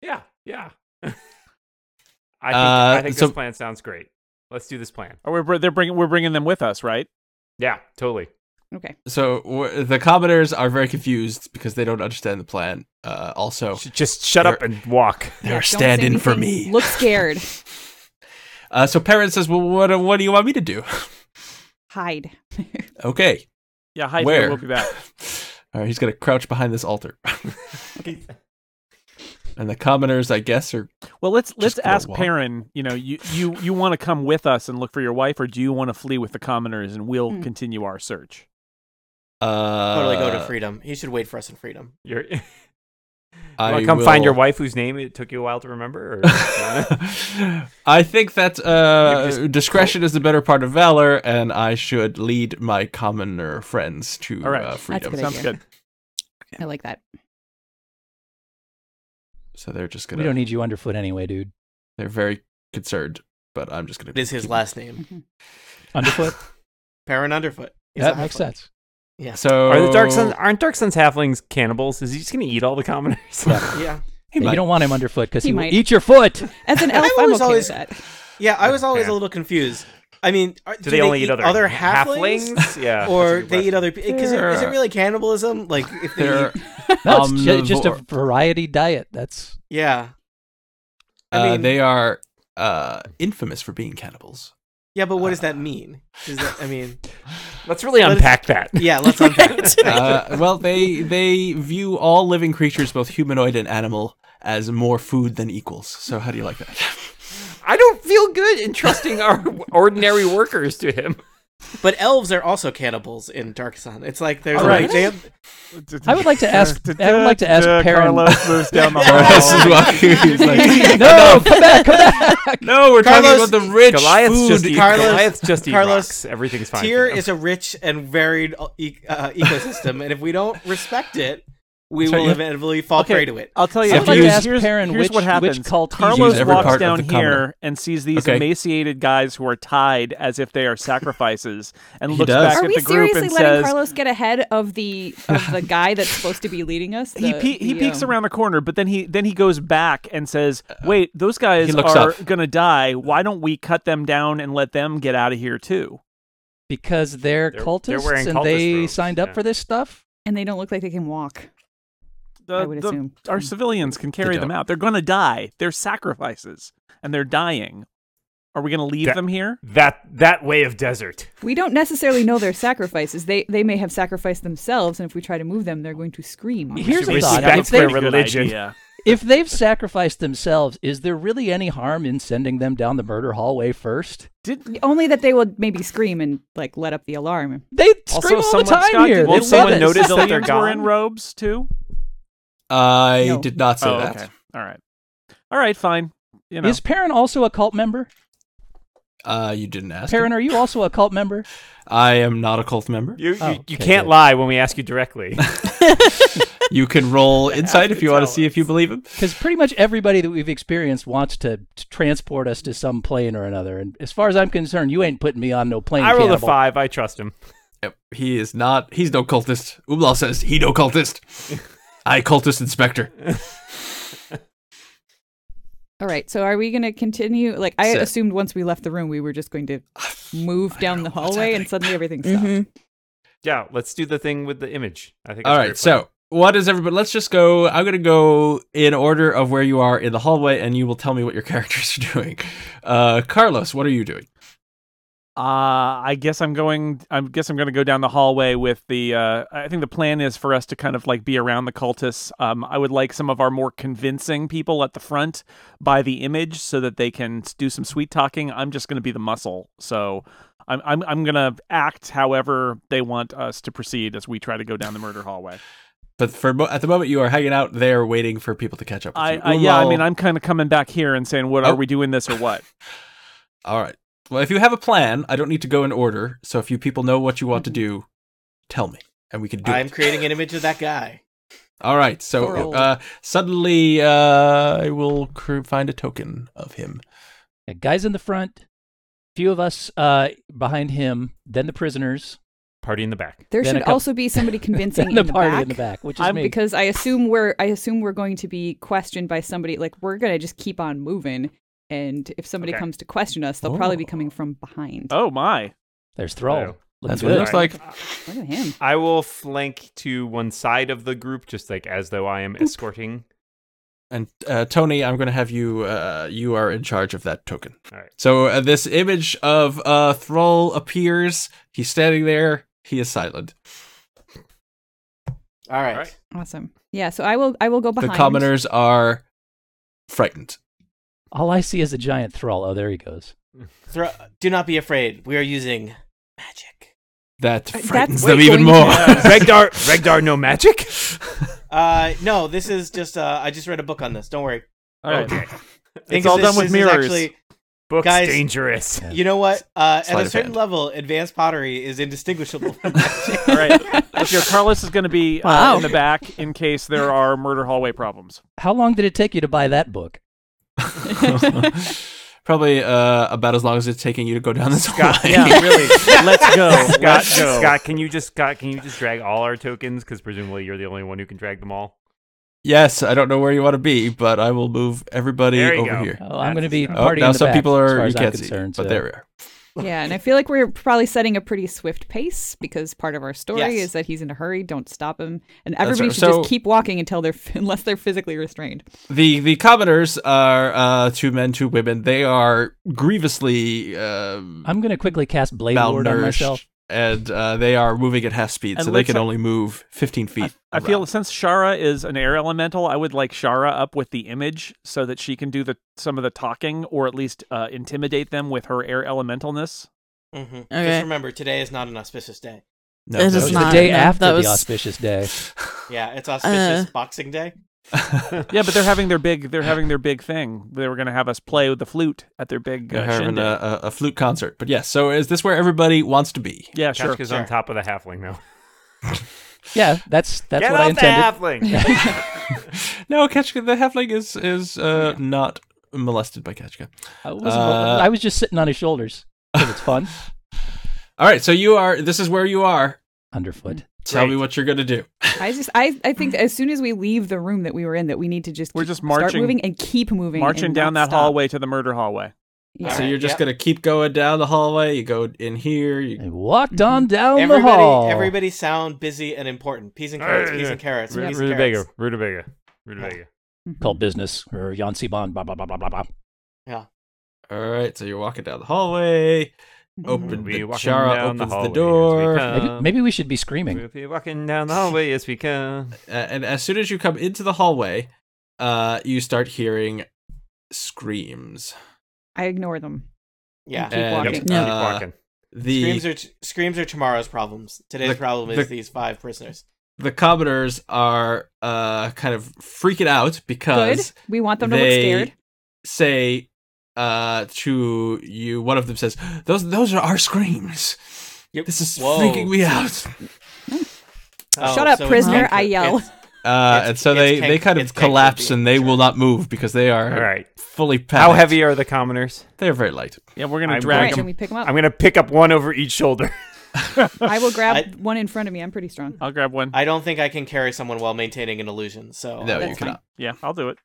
Speaker 6: Yeah, yeah. [laughs] I think,
Speaker 2: Uh,
Speaker 6: I think
Speaker 2: so-
Speaker 6: this plan sounds great. Let's do this plan.
Speaker 1: Or we're br- they're bringing we're bringing them with us, right?
Speaker 6: Yeah, totally.
Speaker 7: Okay.
Speaker 2: So w- the commoners are very confused because they don't understand the plan. Uh, also,
Speaker 6: Sh- Just shut up and walk.
Speaker 7: Yeah,
Speaker 2: they're
Speaker 7: don't say
Speaker 2: standing for
Speaker 7: anything.
Speaker 2: me.
Speaker 7: Look
Speaker 2: [laughs]
Speaker 7: scared.
Speaker 1: [laughs]
Speaker 2: Uh, so Parrot says, "Well, what, what do you want me to do?" [laughs]
Speaker 7: Hide.
Speaker 2: okay.
Speaker 1: Yeah, hi.
Speaker 2: Where?
Speaker 1: Where? We'll be back.
Speaker 2: [laughs] All right, he's gonna crouch behind this altar. [laughs] and the commoners, I guess, are
Speaker 1: Well, let's let's
Speaker 2: go
Speaker 1: ask
Speaker 2: walk.
Speaker 1: Perrin. You know, you you you want to come with us and look for your wife, or do you want to flee with the commoners and we'll
Speaker 7: Hmm.
Speaker 1: continue our search?
Speaker 2: uh,
Speaker 3: totally go to freedom. He should wait for us in freedom.
Speaker 6: You're, [laughs] you
Speaker 2: I
Speaker 6: wanna come find your
Speaker 2: will- [laughs]
Speaker 6: wife whose name it took you a while to remember? Or
Speaker 2: I think that
Speaker 6: You
Speaker 2: uh,
Speaker 6: just-
Speaker 2: discretion is the better part of valor, and I should lead my commoner friends to
Speaker 1: All right.
Speaker 2: uh,
Speaker 1: That's
Speaker 2: freedom.
Speaker 7: good
Speaker 1: Sounds
Speaker 7: idea.
Speaker 1: good.
Speaker 7: I like that.
Speaker 2: So they're just
Speaker 5: We
Speaker 2: gonna.
Speaker 5: don't need you underfoot anyway, dude.
Speaker 2: they're very concerned, but I'm just gonna.
Speaker 3: It is his
Speaker 2: keep-
Speaker 3: last name,
Speaker 7: Mm-hmm.
Speaker 5: Underfoot?
Speaker 3: Perrin Underfoot. He's
Speaker 5: that
Speaker 3: a
Speaker 5: makes
Speaker 3: halfling.
Speaker 5: sense.
Speaker 3: Yeah.
Speaker 2: So
Speaker 6: Are the Dark Suns aren't Dark Suns halflings cannibals? Is he just gonna eat all the commoners?
Speaker 3: yeah.
Speaker 2: He
Speaker 5: Yeah,
Speaker 2: might.
Speaker 5: you don't want him underfoot because
Speaker 7: He
Speaker 5: he, will
Speaker 7: might.
Speaker 5: eat your foot.
Speaker 1: [laughs]
Speaker 7: As an
Speaker 3: I
Speaker 7: elf, I'm
Speaker 3: was
Speaker 7: okay
Speaker 3: always-
Speaker 7: with that.
Speaker 3: Yeah, I was always
Speaker 6: Yeah.
Speaker 3: a little confused. I mean, uh, are,
Speaker 6: [laughs] Do, they, only eat other,
Speaker 3: [laughs] halflings?
Speaker 6: Yeah.
Speaker 3: or
Speaker 6: that's a good
Speaker 3: they eat
Speaker 6: question.
Speaker 3: other people? Because is it
Speaker 2: They're-
Speaker 3: really cannibalism? Like, if they
Speaker 2: They're,
Speaker 3: eat,
Speaker 5: No, it's ju- just a
Speaker 2: Omnivore.
Speaker 5: variety diet. That's [laughs]
Speaker 3: yeah, I
Speaker 2: uh,
Speaker 3: mean-
Speaker 2: they are uh, infamous for being
Speaker 6: [laughs]
Speaker 2: cannibals.
Speaker 3: yeah. But what does that mean? Does that,
Speaker 2: [laughs]
Speaker 3: I mean,
Speaker 6: Let's really
Speaker 3: Let's-
Speaker 6: unpack that.
Speaker 3: yeah. Let's unpack that.
Speaker 2: Uh, well, they they view all living creatures, both humanoid and animal, as more food than equals. So how do you like that?
Speaker 6: I don't feel good entrusting our [laughs] ordinary workers to him.
Speaker 3: But elves are also cannibals in Dark Sun. It's like there's
Speaker 1: All
Speaker 3: like
Speaker 1: right.
Speaker 3: they have,
Speaker 5: I would like to
Speaker 2: [laughs]
Speaker 5: ask- I would like to ask Perrin-
Speaker 1: Carlos moves down
Speaker 5: [laughs]
Speaker 1: the
Speaker 2: Carlos is
Speaker 1: hall.
Speaker 2: walking. He's like,
Speaker 5: no. Come back, come back.
Speaker 2: no, we're
Speaker 3: Carlos-
Speaker 2: talking about the rich
Speaker 6: Goliath's
Speaker 2: food.
Speaker 6: just eat,
Speaker 3: Carlos-
Speaker 6: Goliath's just eat
Speaker 3: Carlos,
Speaker 6: rocks. Everything's fine.
Speaker 3: Tyr
Speaker 6: for them.
Speaker 3: is a rich and varied uh, e- uh, ecosystem, and if we don't respect it, we
Speaker 2: That's right,
Speaker 3: will
Speaker 2: yeah.
Speaker 3: inevitably fall
Speaker 1: Okay,
Speaker 3: prey to it.
Speaker 1: I'll tell you.
Speaker 2: I'd
Speaker 1: if
Speaker 2: like to
Speaker 1: you-
Speaker 5: ask
Speaker 1: here's,
Speaker 5: Perrin
Speaker 1: here's
Speaker 5: which-
Speaker 1: what happens.
Speaker 5: which cult he's
Speaker 1: Carlos
Speaker 2: using. Every
Speaker 1: walks
Speaker 2: part of
Speaker 1: down
Speaker 2: the
Speaker 1: here
Speaker 2: commoner.
Speaker 1: and sees these
Speaker 2: Okay.
Speaker 1: emaciated guys who are tied as if they are sacrifices, and
Speaker 2: He
Speaker 1: looks
Speaker 2: does.
Speaker 1: back
Speaker 7: Are
Speaker 1: at
Speaker 7: we
Speaker 1: the group
Speaker 7: seriously
Speaker 1: and
Speaker 7: letting
Speaker 1: says,
Speaker 7: Carlos get ahead of the
Speaker 1: [laughs]
Speaker 7: of the guy that's supposed to be leading us?
Speaker 1: he
Speaker 7: The-
Speaker 1: pe- he
Speaker 7: the,
Speaker 1: peeks
Speaker 7: um,
Speaker 1: around the corner, but then he then he goes back and says, "Wait, those
Speaker 2: He
Speaker 1: guys
Speaker 2: looks
Speaker 1: are
Speaker 2: up.
Speaker 1: gonna die. Why don't we cut them down and let them get out of here too?"
Speaker 5: Because they're,
Speaker 6: They're- they're
Speaker 5: cultists
Speaker 6: wearing
Speaker 5: and
Speaker 6: cultist
Speaker 5: they
Speaker 6: robes,
Speaker 5: signed up
Speaker 6: yeah.
Speaker 5: for this stuff.
Speaker 7: and they don't look like they can walk.
Speaker 1: The,
Speaker 7: I would
Speaker 1: the-
Speaker 7: assume. Mm-hmm.
Speaker 1: our civilians can carry them
Speaker 2: don't.
Speaker 1: out. They're gonna die. They're sacrifices, and they're dying. Are we gonna leave
Speaker 6: That-
Speaker 1: them here?
Speaker 6: that that way of desert.
Speaker 7: We don't necessarily know their sacrifices. They they may have sacrificed themselves, and if we try to move them, they're going to scream.
Speaker 5: Here's
Speaker 6: should
Speaker 5: a thought.
Speaker 6: respect
Speaker 5: If they-
Speaker 6: their religion.
Speaker 1: Yeah.
Speaker 5: If they've sacrificed themselves, is there really any harm in sending them down the murder hallway first?
Speaker 1: Did
Speaker 7: Only that they will maybe scream and like let up the alarm.
Speaker 5: They
Speaker 1: also
Speaker 5: scream all
Speaker 1: someone
Speaker 5: the time
Speaker 1: Scott,
Speaker 5: here.
Speaker 1: Did
Speaker 5: They
Speaker 1: won't
Speaker 5: love
Speaker 1: someone
Speaker 5: it.
Speaker 1: notice that they're
Speaker 6: Civilians were
Speaker 1: gone?
Speaker 6: in
Speaker 1: in robes too?
Speaker 2: I
Speaker 7: No.
Speaker 2: did not say
Speaker 1: oh,
Speaker 2: that.
Speaker 1: okay. All right. All right, fine. You know.
Speaker 5: Is Perrin also a cult member?
Speaker 2: Uh, you didn't ask.
Speaker 5: Perrin,
Speaker 2: it.
Speaker 5: are you also a cult member?
Speaker 2: I am not a cult member.
Speaker 6: You, you,
Speaker 5: Oh,
Speaker 6: you
Speaker 5: okay,
Speaker 6: can't
Speaker 5: good.
Speaker 6: lie when we ask you directly.
Speaker 2: You can roll inside if you want to see if you believe him.
Speaker 5: Because pretty much everybody that we've experienced wants to, to transport us to some plane or another. And as far as I'm concerned, you ain't putting me on no plane.
Speaker 6: I rolled a
Speaker 5: cannibal.
Speaker 6: five. I trust him.
Speaker 2: Yep. He is not. He's no cultist. Umlaw says he no
Speaker 1: [laughs]
Speaker 2: cultist. I cultist inspector.
Speaker 7: All right. So are we going to continue? Like I
Speaker 2: Sit.
Speaker 7: assumed once we left the room, we were just going to move down
Speaker 2: know
Speaker 7: the
Speaker 2: what's
Speaker 7: hallway,
Speaker 2: happening.
Speaker 7: and suddenly everything stopped.
Speaker 4: Mhm.
Speaker 6: Yeah, let's do the thing with the image. I think.
Speaker 2: All
Speaker 6: it's
Speaker 2: right.
Speaker 6: very
Speaker 2: So what is everybody? Let's just go. I'm gonna go in order of where you are in the hallway, and you will tell me what your [laughs] characters are doing. Uh, Carlos, what are you doing?
Speaker 1: Uh, I guess I'm going. I guess I'm going to go down the hallway with the. Uh, I think the plan is for us to kind of like be around the cultists. Um, I would like some of our more convincing people at the front by the image so that they can s- do some sweet talking. I'm just going to be the muscle, so I'm I'm I'm going to act however they want us to proceed as we try to go down the murder hallway.
Speaker 2: But for mo- at the moment, you are hanging out there, waiting for people to catch up. With
Speaker 1: I,
Speaker 2: you.
Speaker 1: I yeah. I
Speaker 2: Umlaw-
Speaker 1: mean, I'm kind of coming back here and saying, "What
Speaker 2: Oh.
Speaker 1: are we doing this or what?"
Speaker 2: All right. Well, if you have a plan, I don't need to go in order. So if you people know what you want to do, tell me, and we can do
Speaker 3: I'm
Speaker 2: it.
Speaker 3: creating an image of that guy.
Speaker 2: All right. So
Speaker 7: Thorough.
Speaker 2: uh, suddenly, uh, I will cr- find a token of him.
Speaker 5: Yeah, guys in the front, few of us uh, behind him, then the prisoners,
Speaker 6: party in the back.
Speaker 7: There
Speaker 5: Then a
Speaker 7: should
Speaker 5: couple-
Speaker 7: also be somebody convincing
Speaker 5: [laughs] then the
Speaker 7: in the
Speaker 5: party
Speaker 7: back. um,
Speaker 5: in the back, which is
Speaker 1: I'm
Speaker 5: me.
Speaker 7: because I assume we're I assume we're going to be questioned by somebody like we're gonna just keep on moving and if somebody
Speaker 6: Okay.
Speaker 7: comes to question us they'll probably be
Speaker 2: Oh.
Speaker 7: coming from behind.
Speaker 1: Oh my!
Speaker 5: There's Thrall.
Speaker 6: Oh.
Speaker 5: Looking
Speaker 2: That's what
Speaker 5: good.
Speaker 2: it looks like.
Speaker 7: Look at him.
Speaker 6: I will flank to one side of the group, just like as though I am escorting.
Speaker 2: And uh, Tony, I'm going to have you. Uh, you are in charge of that token.
Speaker 6: All right.
Speaker 2: So uh, this image of uh, Thrall appears. He's standing there. He is silent.
Speaker 3: All right.
Speaker 6: All right.
Speaker 7: Awesome. Yeah, so I will I will go behind
Speaker 2: The commoners are frightened.
Speaker 5: All I see is a giant Thrall. Oh, there he goes.
Speaker 3: Throw, do not be afraid. We are using magic.
Speaker 2: That
Speaker 7: Uh, that's
Speaker 2: frightens
Speaker 7: what's
Speaker 2: them even
Speaker 7: going
Speaker 2: more.
Speaker 7: to-
Speaker 6: [laughs]
Speaker 7: [laughs]
Speaker 6: Regdar, Regdar, no magic.
Speaker 3: Uh, no, this is just. Uh, I just read a book on this. Don't worry.
Speaker 1: All right.
Speaker 6: Okay.
Speaker 1: It's
Speaker 3: Because
Speaker 1: all
Speaker 3: this-
Speaker 1: done with
Speaker 3: this is
Speaker 1: mirrors.
Speaker 3: actually-
Speaker 6: Books
Speaker 3: Guys-
Speaker 6: dangerous.
Speaker 5: Yeah.
Speaker 3: you know what? Uh,
Speaker 2: Sleight
Speaker 3: at a
Speaker 2: of
Speaker 3: certain
Speaker 2: hand.
Speaker 3: level, advanced pottery
Speaker 1: [laughs]
Speaker 3: is indistinguishable [laughs] from magic.
Speaker 1: All right. If your Carlos is going to be uh,
Speaker 4: Wow.
Speaker 1: in the back in case there are murder hallway problems.
Speaker 5: How long did it take you to buy that book?
Speaker 2: [laughs] Probably uh, about as long as it's taking you to go down this
Speaker 6: Scott,
Speaker 2: hallway.
Speaker 1: Yeah, really. Let's
Speaker 3: [laughs]
Speaker 1: go.
Speaker 6: Scott,
Speaker 1: Let's go.
Speaker 6: Scott, can you just Scott, can you just drag all our tokens? Because presumably you're the only one who can drag them all.
Speaker 2: [laughs] yes, I don't know where you want to be, but I will move everybody
Speaker 6: There you
Speaker 2: over
Speaker 6: go.
Speaker 2: here.
Speaker 5: Oh, I'm going to be
Speaker 6: Oh,
Speaker 2: Oh,
Speaker 5: partying
Speaker 2: now
Speaker 5: in the
Speaker 2: some
Speaker 5: back,
Speaker 2: people
Speaker 5: as far
Speaker 2: are
Speaker 5: as
Speaker 2: you
Speaker 5: I'm
Speaker 2: can't see,
Speaker 5: concerned,
Speaker 2: but
Speaker 5: so-
Speaker 2: there we are.
Speaker 7: Yeah, and I feel like we're probably setting a pretty swift pace because part of our story
Speaker 3: Yes.
Speaker 7: is that he's in a hurry, don't stop him. And
Speaker 2: That's
Speaker 7: everybody
Speaker 2: right.
Speaker 7: should
Speaker 2: So-
Speaker 7: just keep walking until they're [laughs] unless they're physically restrained.
Speaker 2: The the commoners are uh, two men, two women. They are grievously um,
Speaker 5: I'm going to quickly cast Blade Lord on myself.
Speaker 2: malnourished, and uh, they are moving at half speed,
Speaker 1: And
Speaker 2: so they
Speaker 1: looks
Speaker 2: can
Speaker 1: like-
Speaker 2: only move 15 feet.
Speaker 1: I feel
Speaker 2: around.
Speaker 1: since Shara is an air elemental, I would like Shara up with the image so that she can do the some of the talking or at least uh, intimidate them with her air
Speaker 2: [laughs]
Speaker 1: elementalness.
Speaker 3: hmm
Speaker 4: Okay.
Speaker 3: Just remember, today is not an auspicious day.
Speaker 2: no, that
Speaker 4: It
Speaker 5: That
Speaker 4: is
Speaker 5: was
Speaker 4: not-
Speaker 5: the
Speaker 1: [laughs]
Speaker 5: day
Speaker 4: no,
Speaker 5: after
Speaker 4: that
Speaker 5: the
Speaker 4: was-
Speaker 2: [laughs]
Speaker 5: auspicious day.
Speaker 3: Yeah,
Speaker 5: Uh,
Speaker 3: it's auspicious Boxing Day.
Speaker 1: Yeah, but they're having their big they're having their big thing. They were going to have us play with the flute at their big
Speaker 2: They're
Speaker 1: uh,
Speaker 2: having
Speaker 1: shindig.
Speaker 2: a, a, a flute concert, but yes. So is this where everybody wants to be?
Speaker 1: Yeah, sure.
Speaker 6: Kashka's
Speaker 3: sure.
Speaker 6: on top of the halfling now.
Speaker 5: Yeah, that's that's
Speaker 6: Get
Speaker 5: what I
Speaker 6: off the
Speaker 5: intended. [laughs]
Speaker 6: halfling.
Speaker 2: No, Ketchka, the halfling is is uh, not molested by Ketchka.
Speaker 5: I was,
Speaker 2: Uh,
Speaker 5: I was just sitting on his shoulders. 'cause
Speaker 2: [laughs]
Speaker 5: it's fun.
Speaker 2: All right, so you are. This is where you are.
Speaker 5: Underfoot.
Speaker 2: Tell me
Speaker 6: Great.
Speaker 2: what you're gonna do.
Speaker 7: I just I, I think as soon as we leave the room that we were in that we need to just
Speaker 1: We're
Speaker 7: keep-
Speaker 1: just
Speaker 7: start
Speaker 1: marching-
Speaker 7: moving and keep moving
Speaker 1: Marching
Speaker 7: and
Speaker 1: down
Speaker 7: not
Speaker 1: that
Speaker 7: stop.
Speaker 1: hallway to the murder hallway.
Speaker 7: Yeah.
Speaker 2: So you're just
Speaker 3: Yep.
Speaker 2: gonna keep going down the hallway. You go in here. You,
Speaker 5: I walked on down
Speaker 3: Everybody,
Speaker 5: the hall.
Speaker 3: everybody, sound busy and important. Peas and carrots, peas and carrots,
Speaker 6: Ru-
Speaker 3: peas and
Speaker 6: Rutabaga,
Speaker 3: carrots.
Speaker 6: rutabaga, rutabaga.
Speaker 7: Mm-hmm.
Speaker 5: Called business or Yancy Bond. Blah blah blah blah blah blah.
Speaker 2: all right. So you're walking down the hallway.
Speaker 7: Mm-hmm.
Speaker 2: Open
Speaker 6: We
Speaker 2: the
Speaker 6: walking
Speaker 2: Chara
Speaker 6: down the
Speaker 2: opens the,
Speaker 6: hallway as we
Speaker 2: door, uh,
Speaker 6: come.
Speaker 5: Maybe, maybe we should be
Speaker 1: [laughs]
Speaker 5: screaming.
Speaker 6: We'll be walking down the hallway as we can.
Speaker 2: and as soon as you come into the hallway, uh, you start hearing screams.
Speaker 7: I ignore them.
Speaker 3: Yeah.
Speaker 7: Keep
Speaker 2: And,
Speaker 7: walking.
Speaker 4: Yeah.
Speaker 6: Keep
Speaker 2: uh,
Speaker 6: walking.
Speaker 2: the
Speaker 3: Screams are screams are tomorrow's problems. Today's
Speaker 2: The-
Speaker 3: problem is
Speaker 2: the-
Speaker 3: these five prisoners.
Speaker 2: the commoners are uh, kind of freaking out
Speaker 7: Good.
Speaker 2: because
Speaker 7: We want them to look
Speaker 2: they-
Speaker 7: scared.
Speaker 2: say uh, to you, one of them says, "Those those are our screams.
Speaker 3: Yep.
Speaker 2: This is
Speaker 3: Whoa.
Speaker 2: freaking me out."
Speaker 3: Oh,
Speaker 7: Shut up,
Speaker 3: so it's
Speaker 7: prisoner!
Speaker 3: tank-
Speaker 7: I yell.
Speaker 3: it's-
Speaker 2: Uh,
Speaker 3: It's-
Speaker 2: and so
Speaker 3: it's
Speaker 2: they,
Speaker 3: tank-
Speaker 2: they kind
Speaker 3: it's
Speaker 2: of
Speaker 3: tank
Speaker 2: collapse
Speaker 3: would be-
Speaker 2: and they
Speaker 3: sure.
Speaker 2: will not move because they are
Speaker 6: All right.
Speaker 2: fully packed.
Speaker 6: How heavy are the commoners?
Speaker 2: They are very light.
Speaker 1: Yeah, we're gonna
Speaker 6: I'm
Speaker 7: All
Speaker 1: drag
Speaker 7: right,
Speaker 6: Right.
Speaker 7: can
Speaker 1: him.
Speaker 7: we pick them up?
Speaker 6: I'm gonna pick up one over each shoulder. [laughs]
Speaker 7: I will grab
Speaker 3: I-
Speaker 7: one in front of me. I'm pretty strong.
Speaker 1: I'll grab one.
Speaker 3: [laughs] I don't think I can carry someone while maintaining an illusion. So
Speaker 2: No, you
Speaker 7: that's fine.
Speaker 2: cannot.
Speaker 1: Yeah, I'll do it.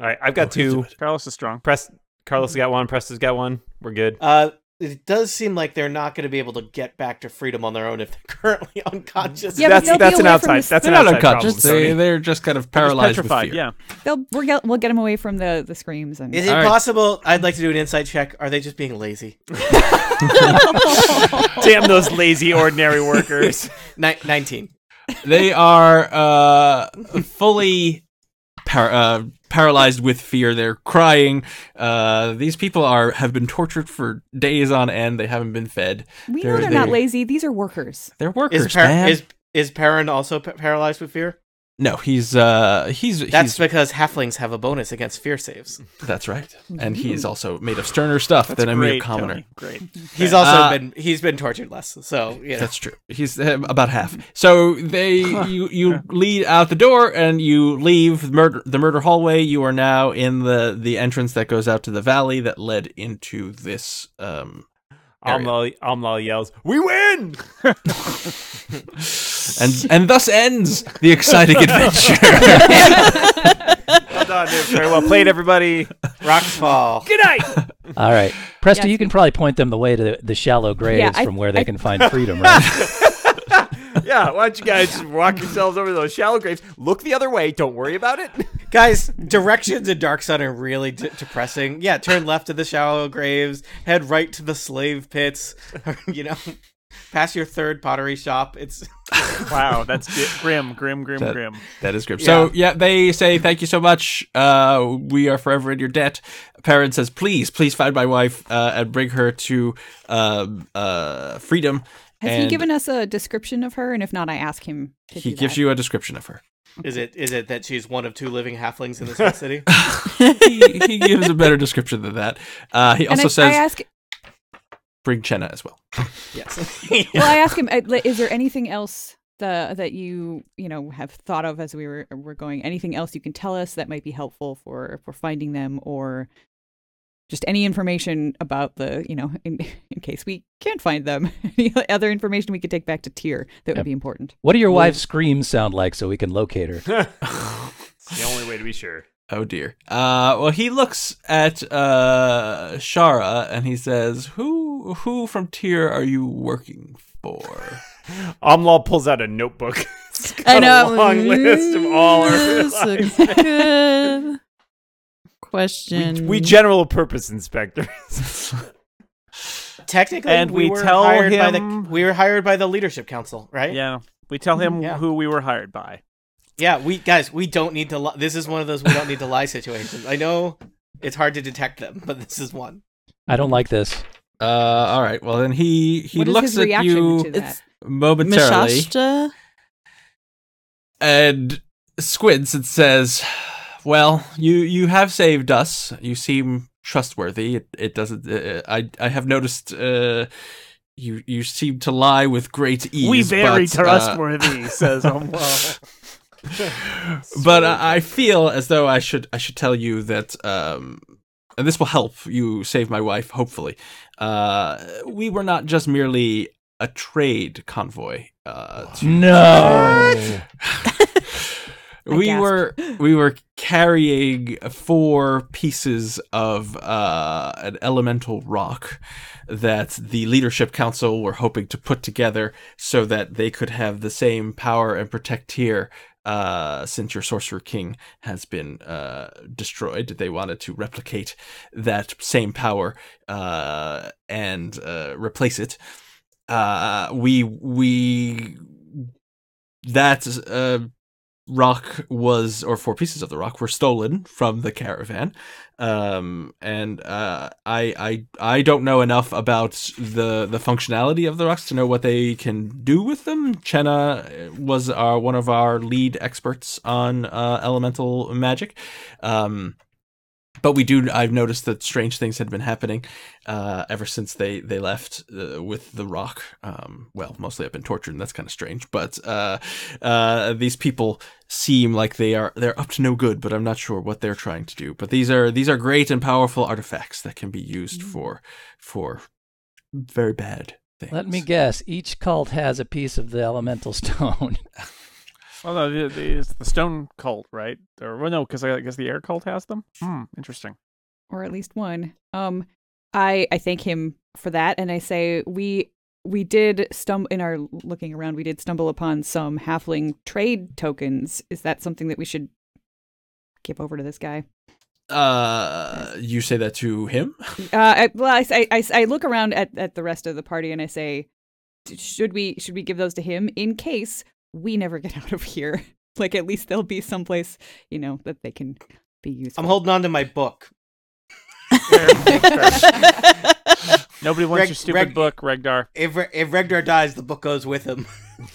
Speaker 6: All right, I've got
Speaker 2: Oh, he'll do
Speaker 6: two.
Speaker 2: it.
Speaker 1: Carlos is strong.
Speaker 6: Press. Carlos has got one. Preston's got one. We're good.
Speaker 3: Uh, it does seem like they're not going to be able to get back to freedom on their own if they're [laughs] currently unconscious.
Speaker 7: Yeah, but
Speaker 6: that's
Speaker 7: they'll be
Speaker 6: that's an
Speaker 7: away from
Speaker 6: outside.
Speaker 7: the-
Speaker 6: That's
Speaker 2: They're
Speaker 6: an
Speaker 2: not
Speaker 6: outside
Speaker 2: unconscious.
Speaker 6: problem,
Speaker 2: They
Speaker 6: Tony.
Speaker 2: they're just kind of
Speaker 1: They're just
Speaker 2: paralyzed with
Speaker 1: petrified.
Speaker 2: fear.
Speaker 1: Yeah.
Speaker 7: They'll we're get, we'll get them away from the the screams and
Speaker 3: Is it
Speaker 2: All right.
Speaker 3: possible? I'd like to do an insight check. Are they just being lazy?
Speaker 6: Damn those lazy ordinary workers.
Speaker 2: [laughs]
Speaker 3: Ni- Nineteen.
Speaker 2: they are uh, [laughs] fully par- uh, paralyzed with fear. They're crying. Uh, these people are have been tortured for days on end. They haven't been fed.
Speaker 7: we
Speaker 2: They're-
Speaker 7: know they're not
Speaker 2: they're-
Speaker 7: lazy. These are workers.
Speaker 2: They're workers,
Speaker 3: Is par-
Speaker 2: man.
Speaker 3: is is Perrin also pa- paralyzed with fear?
Speaker 2: no, he's uh, he's
Speaker 3: That's
Speaker 2: that's
Speaker 3: because halflings have a bonus against fear saves.
Speaker 2: that's right, and he's also made of sterner stuff
Speaker 1: That's
Speaker 2: than a mere
Speaker 1: great,
Speaker 2: commoner.
Speaker 1: Tony. Great.
Speaker 3: He's also
Speaker 2: Uh,
Speaker 3: been he's been tortured less. So yeah,
Speaker 2: That's true. He's uh, about half. So they you you lead out the door and you leave the murder the murder hallway. You are now in the the entrance that goes out to the valley that led into this um Area.
Speaker 6: Amlal Amlal yells, "We win!"
Speaker 7: [laughs]
Speaker 2: and and thus ends the exciting adventure.
Speaker 6: Well done. Very well played, everybody.
Speaker 3: rocks fall.
Speaker 6: Good
Speaker 7: [laughs]
Speaker 6: night.
Speaker 5: All right, Presto,
Speaker 7: Yeah,
Speaker 5: you can probably point them the way to the, the shallow graves
Speaker 7: I-
Speaker 5: from where they
Speaker 7: I- [laughs]
Speaker 5: can find freedom, right?
Speaker 6: yeah, why don't you guys just walk yourselves over those shallow graves? Look the other way. Don't worry
Speaker 7: [laughs]
Speaker 6: about it.
Speaker 3: Guys, directions in Dark Sun are really de- depressing. Yeah, turn left to the shallow graves, head right to the slave pits. [laughs] You know, past your third pottery shop. It's
Speaker 1: Wow, that's gi- grim, grim, grim,
Speaker 2: That-
Speaker 1: grim.
Speaker 2: that is grim. So yeah, they say thank you so much. Uh, we are forever in your debt. Parent says please please find my wife uh, and bring her to um uh freedom.
Speaker 7: Has he
Speaker 2: And
Speaker 7: given us a description of her? And if not, I ask him. To
Speaker 2: He
Speaker 7: do
Speaker 2: gives
Speaker 7: that.
Speaker 2: you a description of her.
Speaker 3: is it is it that she's one of two living halflings in this
Speaker 1: [laughs]
Speaker 3: big city?
Speaker 4: [laughs]
Speaker 2: he, he gives a better description than that. Uh, he
Speaker 7: And
Speaker 2: also
Speaker 7: I,
Speaker 2: says
Speaker 7: I
Speaker 2: [laughs]
Speaker 7: ask.
Speaker 2: bring Chenna as well.
Speaker 3: Yes.
Speaker 7: Well, I ask him. uh, li- Is there anything else the, that you you know have thought of as we were were going? Anything else you can tell us that might be helpful for for finding them, or just any information about the you know in, [laughs] in case we can't find them, [laughs] any other information we could take back to Tier that
Speaker 5: Yep.
Speaker 7: would be
Speaker 2: [laughs]
Speaker 7: important. [laughs]
Speaker 5: what do your wife's screams sound like so we can locate her?
Speaker 6: It's the only way to be sure.
Speaker 2: Oh dear. Uh, well, he looks at uh, Shara and he says, "Who who from Tyr are you working
Speaker 7: [laughs]
Speaker 2: for?"
Speaker 6: Amlal pulls out a notebook. [laughs] It's got
Speaker 4: I know.
Speaker 6: a long list of all
Speaker 7: [laughs]
Speaker 6: our
Speaker 4: This is a good question.
Speaker 6: we, we general purpose inspectors. [laughs]
Speaker 3: Technically,
Speaker 1: And
Speaker 3: we,
Speaker 1: we
Speaker 3: were
Speaker 1: tell
Speaker 3: hired by the
Speaker 1: him-
Speaker 3: we were hired by the leadership council, right?
Speaker 1: Yeah. We tell him
Speaker 3: Yeah.
Speaker 1: who we were hired by.
Speaker 3: Yeah, we guys, we don't need to. Li- this is one of those we don't need to lie situations. I know it's hard to detect them, but this is one.
Speaker 5: I don't like this.
Speaker 2: Uh, all right. Well, then he he
Speaker 7: What is
Speaker 2: looks
Speaker 7: his
Speaker 2: at
Speaker 7: reaction
Speaker 2: you
Speaker 7: to
Speaker 4: It's
Speaker 7: that?
Speaker 2: momentarily
Speaker 4: Mishashta.
Speaker 2: and squints and says, "Well, you you have saved us. You seem trustworthy. It, it doesn't. Uh, I I have noticed uh, you you seem to lie with great ease.
Speaker 1: we very
Speaker 2: but, uh,
Speaker 1: trustworthy, says
Speaker 6: [laughs]
Speaker 1: Amlal.
Speaker 2: but I, I feel as though I should I should tell you that." Um, and this will help you save my wife, hopefully. Uh, we were not just merely a trade convoy. Uh, to
Speaker 5: No.
Speaker 7: I
Speaker 2: we
Speaker 7: gasped.
Speaker 2: were we were carrying four pieces of uh, an elemental rock that the leadership council were hoping to put together so that they could have the same power and protect here uh, since your sorcerer king has been uh, destroyed they wanted to replicate that same power uh, and uh, replace it uh, we we that uh, rock was, or four pieces of the rock were stolen from the caravan. Um, and uh, I, I, I don't know enough about the the functionality of the rocks to know what they can do with them. Chenna uh, was our one of our lead experts on uh, elemental magic. Um, but we do. I've noticed that strange things had been happening uh, ever since they they left uh, with the Rock. Um, well, mostly I've been tortured, and that's kind of strange. But uh, uh, these people seem like they are they're up to no good. But I'm not sure what they're trying to do. But these are these are great and powerful artifacts that can be
Speaker 5: Mm.
Speaker 2: used for for very bad things.
Speaker 5: Let me guess. Each cult has a piece of the elemental [laughs] stone.
Speaker 1: Well, no, the, the, it's the stone cult, right? Or well, no, because I, I guess the air cult has them. Hmm, interesting.
Speaker 7: or at least one. Um, I I thank him for that, and I say we we did stumble in our looking around. We did stumble upon some halfling trade tokens. Is that something that we should give over to this guy?
Speaker 2: [laughs] Uh, you say that to him.
Speaker 7: Uh, I, well, I, I- I- I look around at, at the rest of the party and I say, should we should we give those to him in case we never get [laughs] out of here? like at least there'll be someplace you know that they can be used.
Speaker 3: I'm holding on to my book.
Speaker 1: Nobody wants
Speaker 3: Reg-
Speaker 1: your stupid
Speaker 3: Reg-
Speaker 1: book, Regdar.
Speaker 3: If Re- if Regdar dies, the book goes with him.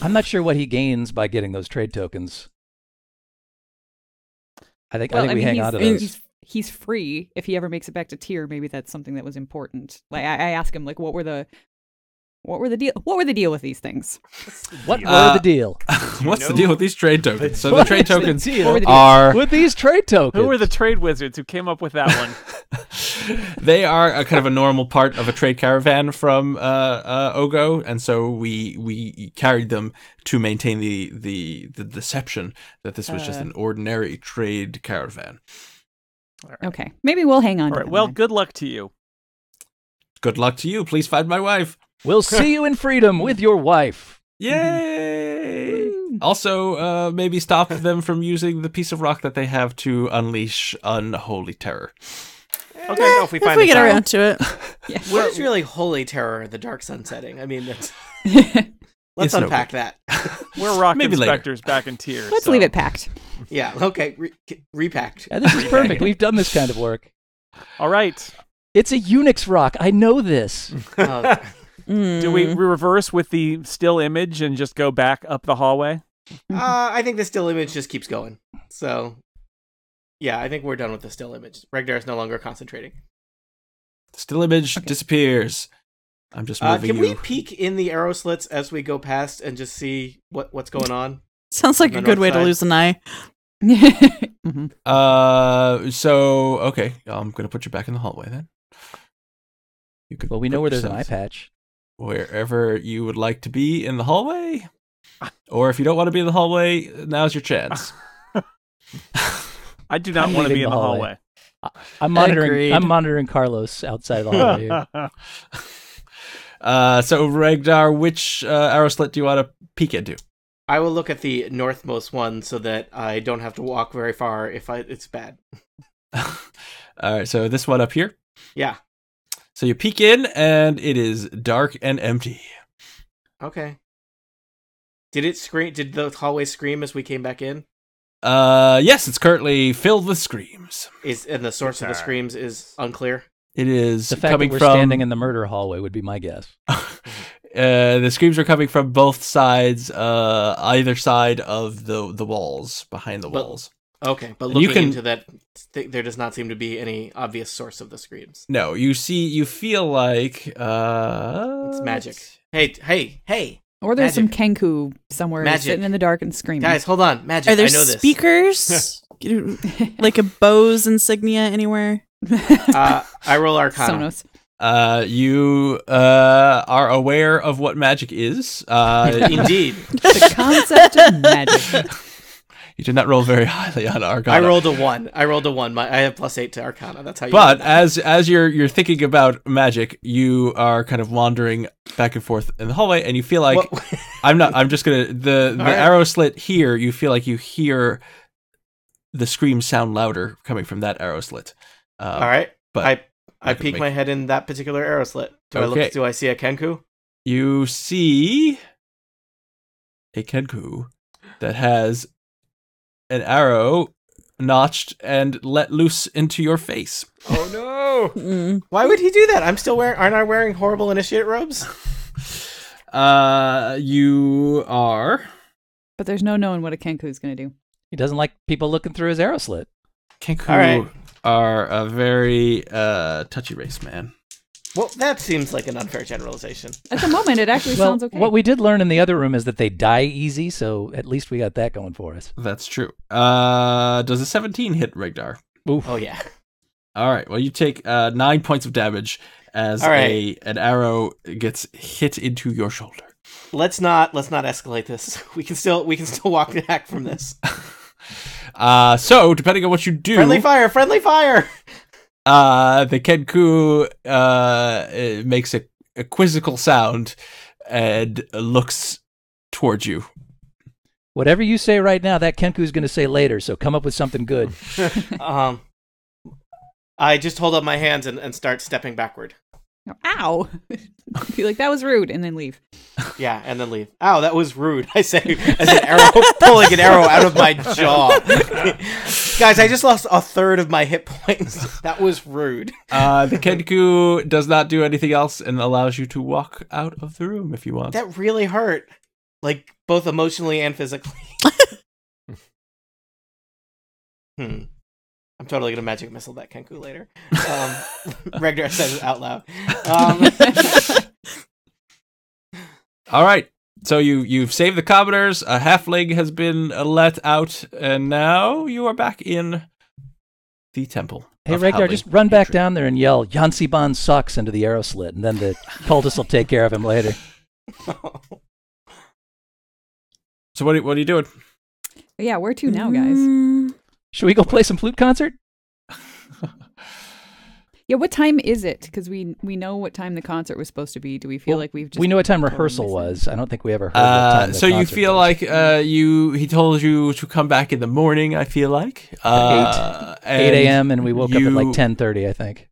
Speaker 5: I'm not sure what he gains by getting those trade tokens. I think I think we hang
Speaker 7: he's,
Speaker 5: on to
Speaker 7: he's-
Speaker 5: those.
Speaker 7: He's, he's free if he ever makes it back to tier. Maybe that's something that was important. Like I, I ask him, like, what were the, what were the deal? What were the deal with these things?
Speaker 5: what
Speaker 6: You
Speaker 5: were
Speaker 2: know-
Speaker 5: the deal?
Speaker 2: What's the
Speaker 6: know-
Speaker 2: deal with these
Speaker 5: [laughs]
Speaker 2: trade tokens? So Uh, the
Speaker 5: What
Speaker 2: trade
Speaker 5: is the
Speaker 2: tokens
Speaker 5: deal?
Speaker 7: What were the deals?
Speaker 2: are
Speaker 5: With these trade tokens.
Speaker 1: Who are the trade wizards who came up with that one?
Speaker 2: [laughs] they are a kind of a normal part of a trade caravan from uh, uh, Ogo, and so we we carried them to maintain the the, the deception that this was just
Speaker 7: Uh.
Speaker 2: an ordinary trade caravan.
Speaker 7: Okay, maybe we'll hang on.
Speaker 1: All
Speaker 7: to
Speaker 1: right.
Speaker 7: them
Speaker 1: Well,
Speaker 7: then.
Speaker 1: good luck to you.
Speaker 2: Good luck to you. Please find my wife.
Speaker 5: We'll see you in freedom with your wife.
Speaker 2: Yay!
Speaker 7: Woo.
Speaker 2: Also, uh, maybe stop [laughs] them from using the piece of rock that they have to unleash unholy terror.
Speaker 6: Okay, no, if we
Speaker 4: if
Speaker 6: find
Speaker 4: we
Speaker 6: the
Speaker 4: get
Speaker 6: time.
Speaker 4: around to it.
Speaker 7: Yeah.
Speaker 3: What is really holy terror? The dark sun setting. I
Speaker 2: [laughs]
Speaker 3: mean, that's,
Speaker 7: [laughs]
Speaker 3: let's
Speaker 2: It's no
Speaker 3: unpack that.
Speaker 2: [laughs]
Speaker 1: We're rock
Speaker 2: Maybe later.
Speaker 1: inspectors back in tears.
Speaker 7: Let's leave it packed. [laughs]
Speaker 3: Yeah. Okay. Re-
Speaker 2: [laughs]
Speaker 3: repacked.
Speaker 5: Yeah, this is perfect. We've done this kind of work.
Speaker 1: All right.
Speaker 5: It's a Unix rock. I
Speaker 2: [laughs]
Speaker 5: know this.
Speaker 3: Uh,
Speaker 1: Do
Speaker 4: Hmm.
Speaker 1: we
Speaker 4: Mm.
Speaker 1: reverse with the still image and just go back up the hallway?
Speaker 3: Uh, I think the still image just keeps going. So, yeah, I think we're done with the still image. Regdar is no longer concentrating.
Speaker 2: Still image
Speaker 7: Okay.
Speaker 2: disappears. I'm just
Speaker 3: Uh,
Speaker 2: moving
Speaker 3: can
Speaker 2: you.
Speaker 3: we peek in the arrow slits as we go past and just see what what's going on?
Speaker 4: Sounds like
Speaker 3: The
Speaker 4: a good
Speaker 3: north
Speaker 4: way to
Speaker 3: side.
Speaker 4: lose an eye.
Speaker 7: Mhm.
Speaker 2: Uh, so okay, I'm gonna put you back in the hallway then. You could
Speaker 5: Well, we know
Speaker 2: put
Speaker 5: where there's an eye
Speaker 2: yourselves
Speaker 5: patch.
Speaker 2: Wherever you would like to be in the hallway, or if you don't want to be in the hallway, now's your
Speaker 5: [laughs]
Speaker 2: chance.
Speaker 1: I do not
Speaker 5: I'm
Speaker 1: want to
Speaker 5: leaving
Speaker 1: be in
Speaker 5: the
Speaker 1: the
Speaker 5: hallway.
Speaker 1: hallway.
Speaker 5: I'm monitoring.
Speaker 4: Agreed.
Speaker 5: I'm monitoring Carlos outside of the hallway.
Speaker 1: [laughs]
Speaker 5: here.
Speaker 2: uh, so Regdar, which uh, arrow slit do you want to peek into? [laughs]
Speaker 3: I will look at the northmost one so that I don't have to walk very far if I it's bad.
Speaker 2: All right, so this one up here.
Speaker 3: Yeah.
Speaker 2: So you peek in, and it is dark and empty.
Speaker 3: Okay. Did it scream? Did the hallway scream as we came back in?
Speaker 2: Uh, yes, it's currently filled with screams.
Speaker 3: Is and the source of the
Speaker 2: uh,
Speaker 6: Guitar.
Speaker 3: screams is unclear.
Speaker 2: It is
Speaker 5: The fact
Speaker 2: coming
Speaker 5: that we're
Speaker 2: from
Speaker 5: standing in the murder hallway would be my guess.
Speaker 2: [laughs] Uh, the screams are coming from both sides, uh, either side of the the walls, behind the
Speaker 3: But-
Speaker 2: walls.
Speaker 3: Okay, but
Speaker 2: And you
Speaker 3: looking
Speaker 2: can-
Speaker 3: into that, th- there does not seem to be any obvious source of the screams.
Speaker 2: No, you see, you feel like uh,
Speaker 3: It's magic. Hey, t- hey, hey,
Speaker 7: Or there's
Speaker 3: Magic.
Speaker 7: some Kenku somewhere
Speaker 3: Magic.
Speaker 7: sitting in the dark and screaming. [laughs]
Speaker 3: guys, hold on, magic.
Speaker 4: Hmm. Are there
Speaker 3: I know this.
Speaker 4: speakers? You- like a Bose insignia anywhere?
Speaker 3: Uh, I
Speaker 4: [laughs]
Speaker 3: roll
Speaker 2: [laughs]
Speaker 3: Arcana.
Speaker 5: [laughs]
Speaker 7: Sonos.
Speaker 2: Uh, you uh, are aware of what magic is.
Speaker 3: [laughs]
Speaker 2: Uh,
Speaker 4: [laughs]
Speaker 3: Indeed,
Speaker 7: The concept of magic.
Speaker 2: you did not roll very highly on
Speaker 3: I
Speaker 2: Argana.
Speaker 3: rolled a one. I rolled a one. My, I have plus eight to Arcana. That's how you.
Speaker 2: But
Speaker 3: do that.
Speaker 2: as as you're you're thinking about magic, you are kind of wandering back and forth in the hallway, and you feel like
Speaker 3: What-
Speaker 2: I'm not. I'm just gonna the the
Speaker 3: right.
Speaker 2: arrow slit here. You feel like you hear the scream sound louder coming from that arrow slit. Um,
Speaker 3: [laughs] all right,
Speaker 2: [laughs] but
Speaker 3: I I
Speaker 2: you can
Speaker 3: peek
Speaker 2: make-
Speaker 3: my head in that particular arrow slit. Do I
Speaker 2: Okay.
Speaker 3: look? Do I see a Kenku?
Speaker 2: you see a kenku that has an arrow notched and let loose into your
Speaker 3: [laughs]
Speaker 2: face.
Speaker 6: Oh no!
Speaker 4: Mm.
Speaker 3: Why would he do that? I'm still wearing. Aren't I wearing horrible initiate robes?
Speaker 2: Uh, you are.
Speaker 7: But there's no knowing what a Kenku's going to do.
Speaker 5: He doesn't like people looking through his arrow slit.
Speaker 2: Kenku
Speaker 3: All right.
Speaker 2: are a very uh, touchy race, man.
Speaker 3: Well, that seems like an unfair generalization.
Speaker 7: At the moment, it actually
Speaker 5: well,
Speaker 7: sounds okay.
Speaker 5: what we did learn in the other room is that they die easy, so at least we got that going for us.
Speaker 2: That's true. Uh, does a 17 hit Regdar?
Speaker 5: Oof.
Speaker 3: Oh yeah.
Speaker 2: All right. Well, you take uh, nine points of damage as
Speaker 3: All
Speaker 2: a
Speaker 3: right.
Speaker 2: an arrow gets hit into your shoulder.
Speaker 3: Let's not. Let's not escalate this. [laughs] We can still. We can still walk back from this.
Speaker 2: Uh, so depending on what you do,
Speaker 3: Friendly fire. Friendly fire.
Speaker 2: uh, the Kenku uh, uh, makes a, a quizzical sound and looks towards you.
Speaker 5: Whatever you say right now, that Kenku's going to say later, so come up with something good.
Speaker 3: um, I just hold up my hands and, and start stepping backward.
Speaker 7: No, Ow! [laughs] Be like that was rude, and then leave.
Speaker 3: Yeah, and then leave. Ow, that was rude. [laughs] I say as an arrow, pulling an arrow out of my jaw. Guys, I just lost a third of my hit points. That was rude.
Speaker 2: Uh,
Speaker 3: [laughs]
Speaker 2: the Kenku does not do anything else and allows you to walk out of the room if you want.
Speaker 3: That really hurt, like both emotionally and physically. [laughs] hmm. I'm totally gonna magic missile that Kenku later.
Speaker 6: [laughs]
Speaker 3: Um, Regdar says it out loud. Um,
Speaker 2: All right. So you you've saved the commoners. A halfling has been uh, let out, and now you are back in the temple.
Speaker 5: Hey,
Speaker 2: of
Speaker 5: Regdar,
Speaker 2: Howling
Speaker 5: just run back
Speaker 2: Hatred.
Speaker 5: down there and yell, Yansiban sucks into the arrow slit, and then the cultist will take care of him later.
Speaker 2: So what are, what are you doing?
Speaker 7: But yeah, where to now, guys?
Speaker 4: Mm.
Speaker 5: Should we go play some flute concert?
Speaker 7: Yeah, what time is it? Because we we know what time the concert was supposed to be. Do we feel
Speaker 5: Well,
Speaker 7: like we've just
Speaker 5: we know what time
Speaker 7: totally
Speaker 5: rehearsal
Speaker 7: missed
Speaker 5: was.
Speaker 7: it?
Speaker 5: I don't think we ever heard what time
Speaker 2: Uh,
Speaker 5: the
Speaker 2: so you
Speaker 5: concert
Speaker 2: feel
Speaker 5: was.
Speaker 2: like uh, you he told you to come back in the morning. I feel like uh, and
Speaker 5: 8 a.m. and we woke up at
Speaker 2: you-
Speaker 5: like 10:30, I think.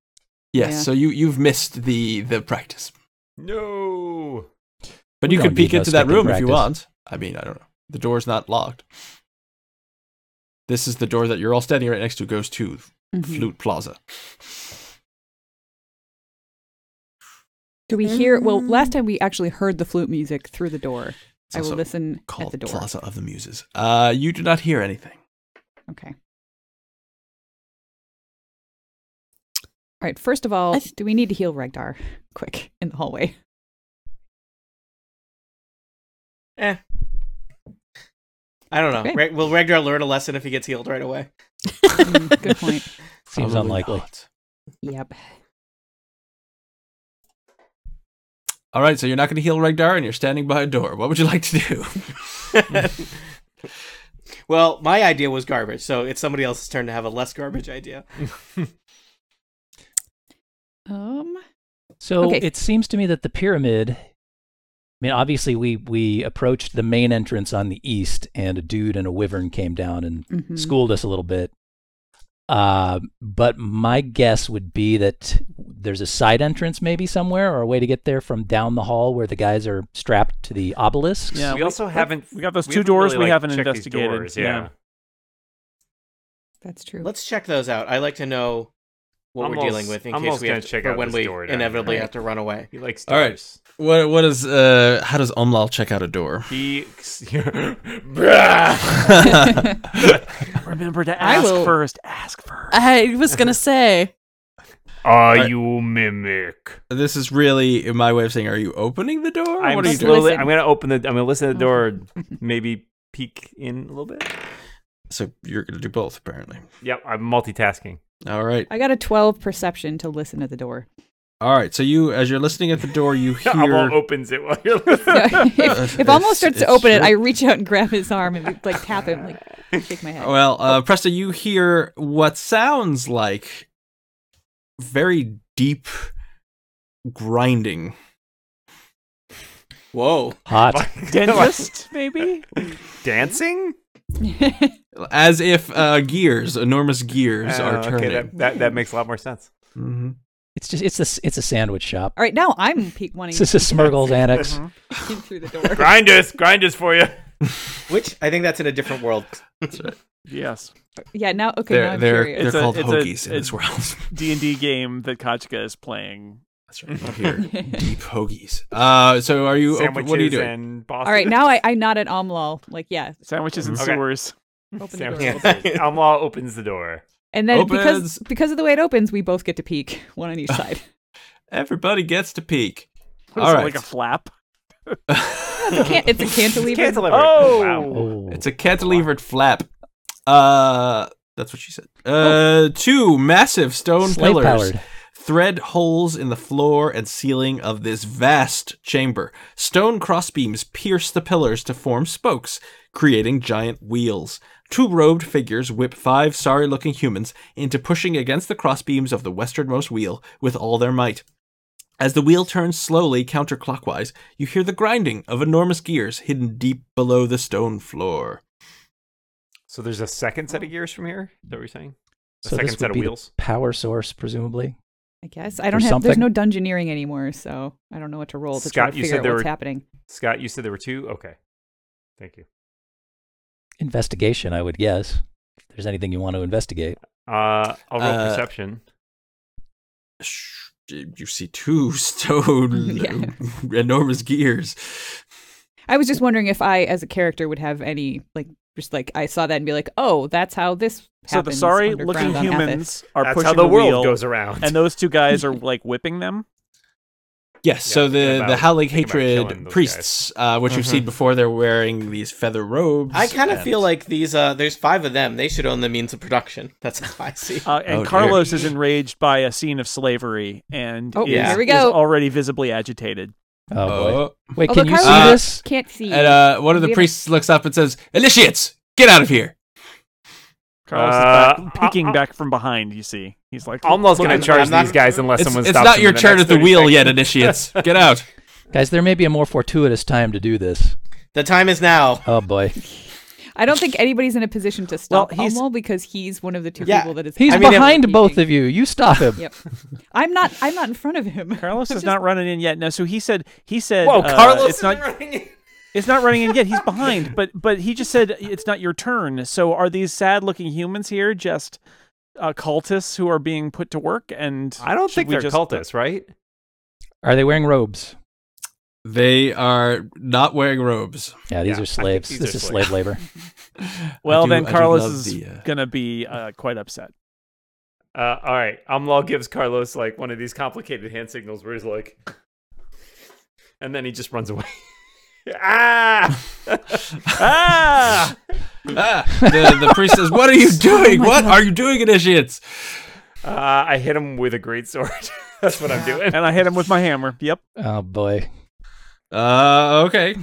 Speaker 2: Yes.
Speaker 7: Yeah.
Speaker 2: So you you've missed the the practice,
Speaker 6: No.
Speaker 2: but
Speaker 5: We
Speaker 2: you
Speaker 5: don't
Speaker 2: could peek
Speaker 5: need no
Speaker 2: into that
Speaker 5: skipping
Speaker 2: room if you want.
Speaker 5: practice.
Speaker 2: I mean, I don't know. The door's not locked. This is the door that you're all standing right next to. Goes to
Speaker 7: Mhm.
Speaker 2: Flute Plaza.
Speaker 7: Do we hear? Well, last time we actually heard the flute music through the door.
Speaker 2: It's
Speaker 7: I will
Speaker 2: also
Speaker 7: listen
Speaker 2: called
Speaker 7: at the door.
Speaker 2: Plaza of the Muses. Uh, you do not hear anything.
Speaker 7: Okay. All right. First of all,
Speaker 4: I th-
Speaker 7: do we need to heal Regdar quick in the [laughs] hallway?
Speaker 3: I don't know.
Speaker 7: Okay.
Speaker 3: Reg- will Regdar learn a lesson if he gets healed right
Speaker 6: [laughs]
Speaker 3: away?
Speaker 7: Mm, Good point.
Speaker 5: Seems
Speaker 2: Probably
Speaker 5: unlikely.
Speaker 2: not.
Speaker 7: Yep.
Speaker 2: All right, so you're not going to heal Regdar, and you're standing by a door. What would you like to do? [laughs]
Speaker 3: well, my idea was garbage, so it's somebody else's turn to have a less garbage idea.
Speaker 7: Um.
Speaker 5: So
Speaker 7: Okay.
Speaker 5: it seems to me that the pyramid. I mean, obviously, we we approached the main entrance on the east, and a dude and a wyvern came down and
Speaker 7: mhm.
Speaker 5: schooled us a little bit. Uh, but my guess would be that there's a side entrance, maybe somewhere, or a way to get there from down the hall where the guys are strapped to the obelisks.
Speaker 1: Yeah,
Speaker 6: we, also haven't.
Speaker 1: We got those
Speaker 6: we
Speaker 1: two
Speaker 6: haven't
Speaker 1: doors
Speaker 6: really,
Speaker 1: we
Speaker 6: like,
Speaker 1: haven't
Speaker 6: checked these
Speaker 1: investigated.
Speaker 6: doors, yeah.
Speaker 7: That's true.
Speaker 2: [laughs]
Speaker 7: [laughs]
Speaker 3: Let's check those out. I like to know what
Speaker 6: I'm
Speaker 3: we're dealing
Speaker 6: almost-
Speaker 3: with in
Speaker 6: I'm
Speaker 3: case
Speaker 6: almost
Speaker 3: we have
Speaker 6: gonna
Speaker 3: to,
Speaker 6: check
Speaker 3: for
Speaker 6: out
Speaker 3: when
Speaker 6: this
Speaker 3: we
Speaker 6: door down
Speaker 3: inevitably
Speaker 6: here.
Speaker 3: have to run away.
Speaker 6: He likes
Speaker 2: All right.
Speaker 6: doors.
Speaker 2: what what is uh how does Omlal check out a door?
Speaker 6: He. [laughs] Brah!
Speaker 1: Remember to
Speaker 7: I
Speaker 1: ask
Speaker 7: will-
Speaker 1: first. Ask first.
Speaker 4: I was gonna say.
Speaker 6: Are
Speaker 2: Right.
Speaker 6: you mimic?
Speaker 2: this is really in my way of saying, are you opening the door?
Speaker 6: I'm
Speaker 2: what are you
Speaker 6: slowly.
Speaker 2: doing?
Speaker 7: Listen.
Speaker 6: I'm gonna open the. I'm gonna listen to the door.
Speaker 7: Okay.
Speaker 6: [laughs] Maybe peek in a little bit.
Speaker 2: So you're gonna do both, apparently.
Speaker 6: Yep. I'm multitasking. [laughs]
Speaker 2: All right,
Speaker 7: I got a 12 perception to listen at the door.
Speaker 2: all right. So you, as you're listening at the door,
Speaker 7: [laughs]
Speaker 2: you hear.
Speaker 6: Abel opens it while you're
Speaker 7: No,
Speaker 6: [laughs] listening.
Speaker 7: [laughs] if if
Speaker 2: It's-
Speaker 7: almost starts to
Speaker 2: it's
Speaker 7: open it,
Speaker 2: true.
Speaker 7: I reach out and grab his arm and like tap him, like shake my head.
Speaker 2: Well, uh, Presta, you hear what sounds like very deep grinding
Speaker 3: Whoa.
Speaker 5: Hot.
Speaker 1: Dentist,
Speaker 7: [laughs]
Speaker 1: maybe?
Speaker 6: [laughs] Dancing?
Speaker 2: as if uh, gears, enormous gears,
Speaker 6: Oh,
Speaker 2: are turning.
Speaker 6: Okay, that, that, that makes a lot more sense.
Speaker 2: hmm
Speaker 5: It's just it's a s- it's a sandwich shop.
Speaker 7: All right, now I'm peek wanting
Speaker 5: It's just a Smurgle's annex.
Speaker 6: Mm-hmm. [laughs]
Speaker 7: peeking through the door.
Speaker 6: Grinders, grinders for you.
Speaker 3: Which I think that's in a different world.
Speaker 1: Yes,
Speaker 7: Yeah, now okay, now
Speaker 2: they're
Speaker 7: I'm
Speaker 2: they're,
Speaker 7: curious.
Speaker 2: they're
Speaker 7: [laughs]
Speaker 1: It's a-
Speaker 2: called
Speaker 1: it's a-
Speaker 2: hoagies
Speaker 1: it's-
Speaker 2: in this world.
Speaker 1: D and D game that Kachka is playing.
Speaker 2: That's right. We're
Speaker 7: [laughs]
Speaker 2: here. Deep hoagies. Uh, so are you? Open,
Speaker 6: Sandwiches
Speaker 2: what are you doing?
Speaker 6: and Boston.
Speaker 7: All right, now I, I nod at Omlal. Like, yeah,
Speaker 1: Sandwiches and
Speaker 6: Mm-hmm. Okay.
Speaker 1: sewers.
Speaker 7: open the door.
Speaker 6: Sandwiches. Amlaw opens the door.
Speaker 7: And then because
Speaker 2: Opens.
Speaker 7: because of the way it opens, we both get to peek, [laughs] one on each side.
Speaker 2: Everybody gets to peek.
Speaker 1: [laughs] What is
Speaker 2: All
Speaker 1: it,
Speaker 2: right.
Speaker 1: like a flap.
Speaker 7: It's a, can- it's a
Speaker 2: [laughs]
Speaker 7: cantilever.
Speaker 6: Cantilever.
Speaker 1: Oh!
Speaker 6: wow.
Speaker 5: Oh,
Speaker 2: It's a cantilevered flap. Uh, that's what she said. Uh, two massive stone pillars
Speaker 5: powered.
Speaker 2: thread holes in the floor and ceiling of this vast chamber. Stone crossbeams pierce the pillars to form spokes, creating giant wheels. Two robed figures whip five sorry looking humans into pushing against the crossbeams of the westernmost wheel with all their might. As the wheel turns slowly counterclockwise, you hear the grinding of enormous gears hidden deep below the stone floor.
Speaker 6: So there's a second set of gears from here. Is that what you're saying?
Speaker 5: So
Speaker 6: A second
Speaker 5: this
Speaker 6: set
Speaker 5: would
Speaker 6: of
Speaker 5: be
Speaker 6: wheels.
Speaker 5: the power source, presumably.
Speaker 7: I guess I don't have.
Speaker 5: something.
Speaker 7: There's no dungeoneering anymore, so I don't know what to roll to try
Speaker 6: Scott,
Speaker 7: to
Speaker 6: you
Speaker 7: figure
Speaker 6: said
Speaker 7: out
Speaker 6: there
Speaker 7: what's
Speaker 6: were-
Speaker 7: happening.
Speaker 6: Scott, you said there were two. Okay, thank you.
Speaker 5: Investigation, I would guess. If there's anything you want to investigate,
Speaker 6: Uh, I'll roll
Speaker 2: Uh,
Speaker 6: perception.
Speaker 2: Sh- You see two [laughs] stone
Speaker 7: Yeah.
Speaker 2: enormous gears.
Speaker 7: I was just wondering if I, as a character, would have any like just like I saw that and be like, oh, that's how this.
Speaker 1: So the
Speaker 7: happens
Speaker 1: sorry looking
Speaker 7: underground on Athos."
Speaker 1: humans are
Speaker 6: That's
Speaker 1: pushing
Speaker 6: how the, world
Speaker 1: wheel,
Speaker 6: goes around. [laughs]
Speaker 1: and those two guys are like whipping them.
Speaker 2: Yes,
Speaker 6: Yeah,
Speaker 2: so
Speaker 6: think
Speaker 2: the the
Speaker 6: about-
Speaker 2: Howling
Speaker 6: think about killing
Speaker 2: Hatred
Speaker 6: those
Speaker 2: priests, uh, which you've
Speaker 1: Mm-hmm.
Speaker 2: seen before, they're wearing these feather robes.
Speaker 3: I kind of
Speaker 2: and-
Speaker 3: feel like these. Uh, there's five of them. They should own the means of production. That's how I see.
Speaker 1: [laughs]
Speaker 3: it.
Speaker 1: Uh, and
Speaker 2: Oh, dear.
Speaker 1: Carlos is enraged by a scene of slavery and
Speaker 7: Oh,
Speaker 1: is,
Speaker 3: here
Speaker 7: we
Speaker 1: is
Speaker 7: go.
Speaker 1: already visibly agitated.
Speaker 5: oh, boy.
Speaker 2: Oh.
Speaker 5: Wait,
Speaker 7: Although
Speaker 5: can you see
Speaker 7: Carlos-
Speaker 5: this?
Speaker 7: Can't see.
Speaker 2: And uh, one of the
Speaker 7: We have-
Speaker 2: priests looks up and says, "Initiates, get out of here!"
Speaker 1: Carlos
Speaker 6: Uh,
Speaker 1: is back, peeking
Speaker 6: uh, uh.
Speaker 1: back from behind. You see, he's like,
Speaker 6: Alma's gonna
Speaker 3: I'm-
Speaker 6: charge
Speaker 3: I'm not-
Speaker 6: these guys unless
Speaker 2: It's,
Speaker 6: someone
Speaker 2: it's
Speaker 6: stops.
Speaker 2: not
Speaker 6: him
Speaker 2: your
Speaker 6: in the
Speaker 2: turn
Speaker 6: next
Speaker 2: at the
Speaker 6: 30
Speaker 2: wheel
Speaker 6: seconds.
Speaker 2: yet,
Speaker 6: [laughs]
Speaker 2: initiates. Get out.
Speaker 5: Guys, there may be a more fortuitous time to do this.
Speaker 3: The time is now.
Speaker 5: Oh boy.
Speaker 7: I don't think anybody's in a position to stop
Speaker 1: Well, he's-
Speaker 7: Umwal because he's one of the two
Speaker 3: Yeah,
Speaker 7: people that is.
Speaker 5: He's
Speaker 3: I mean, it-
Speaker 5: behind both of you. You stop him.
Speaker 7: Yep. I'm not. I'm not in front of him.
Speaker 1: Carlos
Speaker 7: I'm
Speaker 1: is
Speaker 7: just-
Speaker 1: not running in yet. No, so he said he said
Speaker 6: Whoa,
Speaker 1: uh,
Speaker 6: Carlos
Speaker 1: it's
Speaker 6: is
Speaker 1: not
Speaker 6: running.
Speaker 1: it's not running in yet.
Speaker 6: [laughs]
Speaker 1: He's behind. But but he just said it's not your turn. So are these sad looking humans here just uh, cultists who are being put to work and
Speaker 6: I don't
Speaker 1: should
Speaker 6: think
Speaker 1: we
Speaker 6: they're
Speaker 1: just-
Speaker 6: cultists, right?
Speaker 5: Are they wearing robes?
Speaker 2: They are not wearing robes.
Speaker 5: Yeah, these
Speaker 6: Yeah, I
Speaker 5: are
Speaker 6: think
Speaker 5: slaves.
Speaker 6: these
Speaker 5: This
Speaker 6: are
Speaker 5: is
Speaker 6: slaves.
Speaker 5: slave labor.
Speaker 1: Well
Speaker 2: I do-
Speaker 1: then
Speaker 2: I do
Speaker 1: Carlos
Speaker 2: love
Speaker 1: is
Speaker 2: the, uh,
Speaker 1: gonna be uh, quite upset.
Speaker 6: Uh, all right. Amlal gives Carlos like one of these complicated hand signals where he's like, and then he just runs away. [laughs]
Speaker 5: [laughs]
Speaker 6: ah! ah!
Speaker 2: ah, the, the priest says, "What
Speaker 1: [laughs]
Speaker 2: are you doing? what are you doing, initiates?"
Speaker 6: Uh, I hit him with a great sword. [laughs] That's what I'm doing.
Speaker 1: And I hit him with my hammer. Yep.
Speaker 5: Oh boy.
Speaker 2: Uh, okay.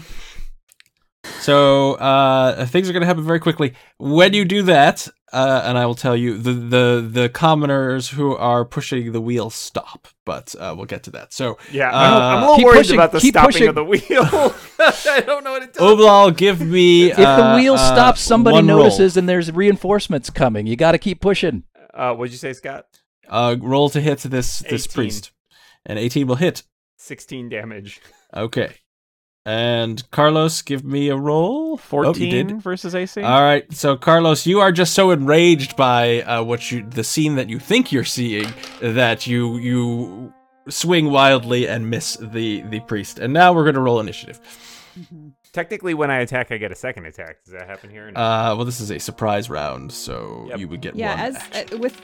Speaker 2: So uh, things are going to happen very quickly. When you do that, uh, and I will tell you, the, the the commoners who are pushing the wheel stop, but uh, we'll get to that. So uh,
Speaker 6: Yeah, I'm, I'm a little
Speaker 5: Uh, keep
Speaker 6: worried
Speaker 5: pushing,
Speaker 6: about the
Speaker 5: keep
Speaker 6: stopping
Speaker 5: pushing.
Speaker 6: of the wheel.
Speaker 5: [laughs]
Speaker 6: [laughs] I don't know what it does.
Speaker 2: Oblal, give me. uh,
Speaker 5: If the wheel stops, somebody notices,
Speaker 2: Roll.
Speaker 5: and there's reinforcements coming. You got to keep pushing.
Speaker 6: Uh, what'd you say, Scott?
Speaker 2: Uh, roll to hit this this
Speaker 6: 18.
Speaker 2: priest, and eighteen will hit.
Speaker 6: 16 damage.
Speaker 2: Okay. And Carlos, give me a roll. Oh, you did.
Speaker 1: Fourteen versus AC.
Speaker 2: All right, so Carlos, you are just so enraged by uh, what you the scene that you think you're seeing that you you swing wildly and miss the the priest. And now we're gonna roll initiative.
Speaker 6: Technically, when I attack, I get a second attack. Does that happen here?
Speaker 2: Uh, well, this is a surprise round, so
Speaker 6: Yep.
Speaker 2: you would get
Speaker 7: [laughs] Yeah,
Speaker 2: one.
Speaker 7: as
Speaker 2: action.
Speaker 7: uh, with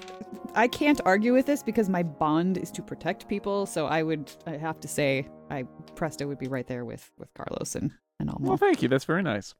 Speaker 7: I can't argue with this because my bond is to protect people, so I would I have to say I Presto would be right there with with Carlos and and
Speaker 1: Well,
Speaker 7: Alma.
Speaker 1: thank you. That's very nice.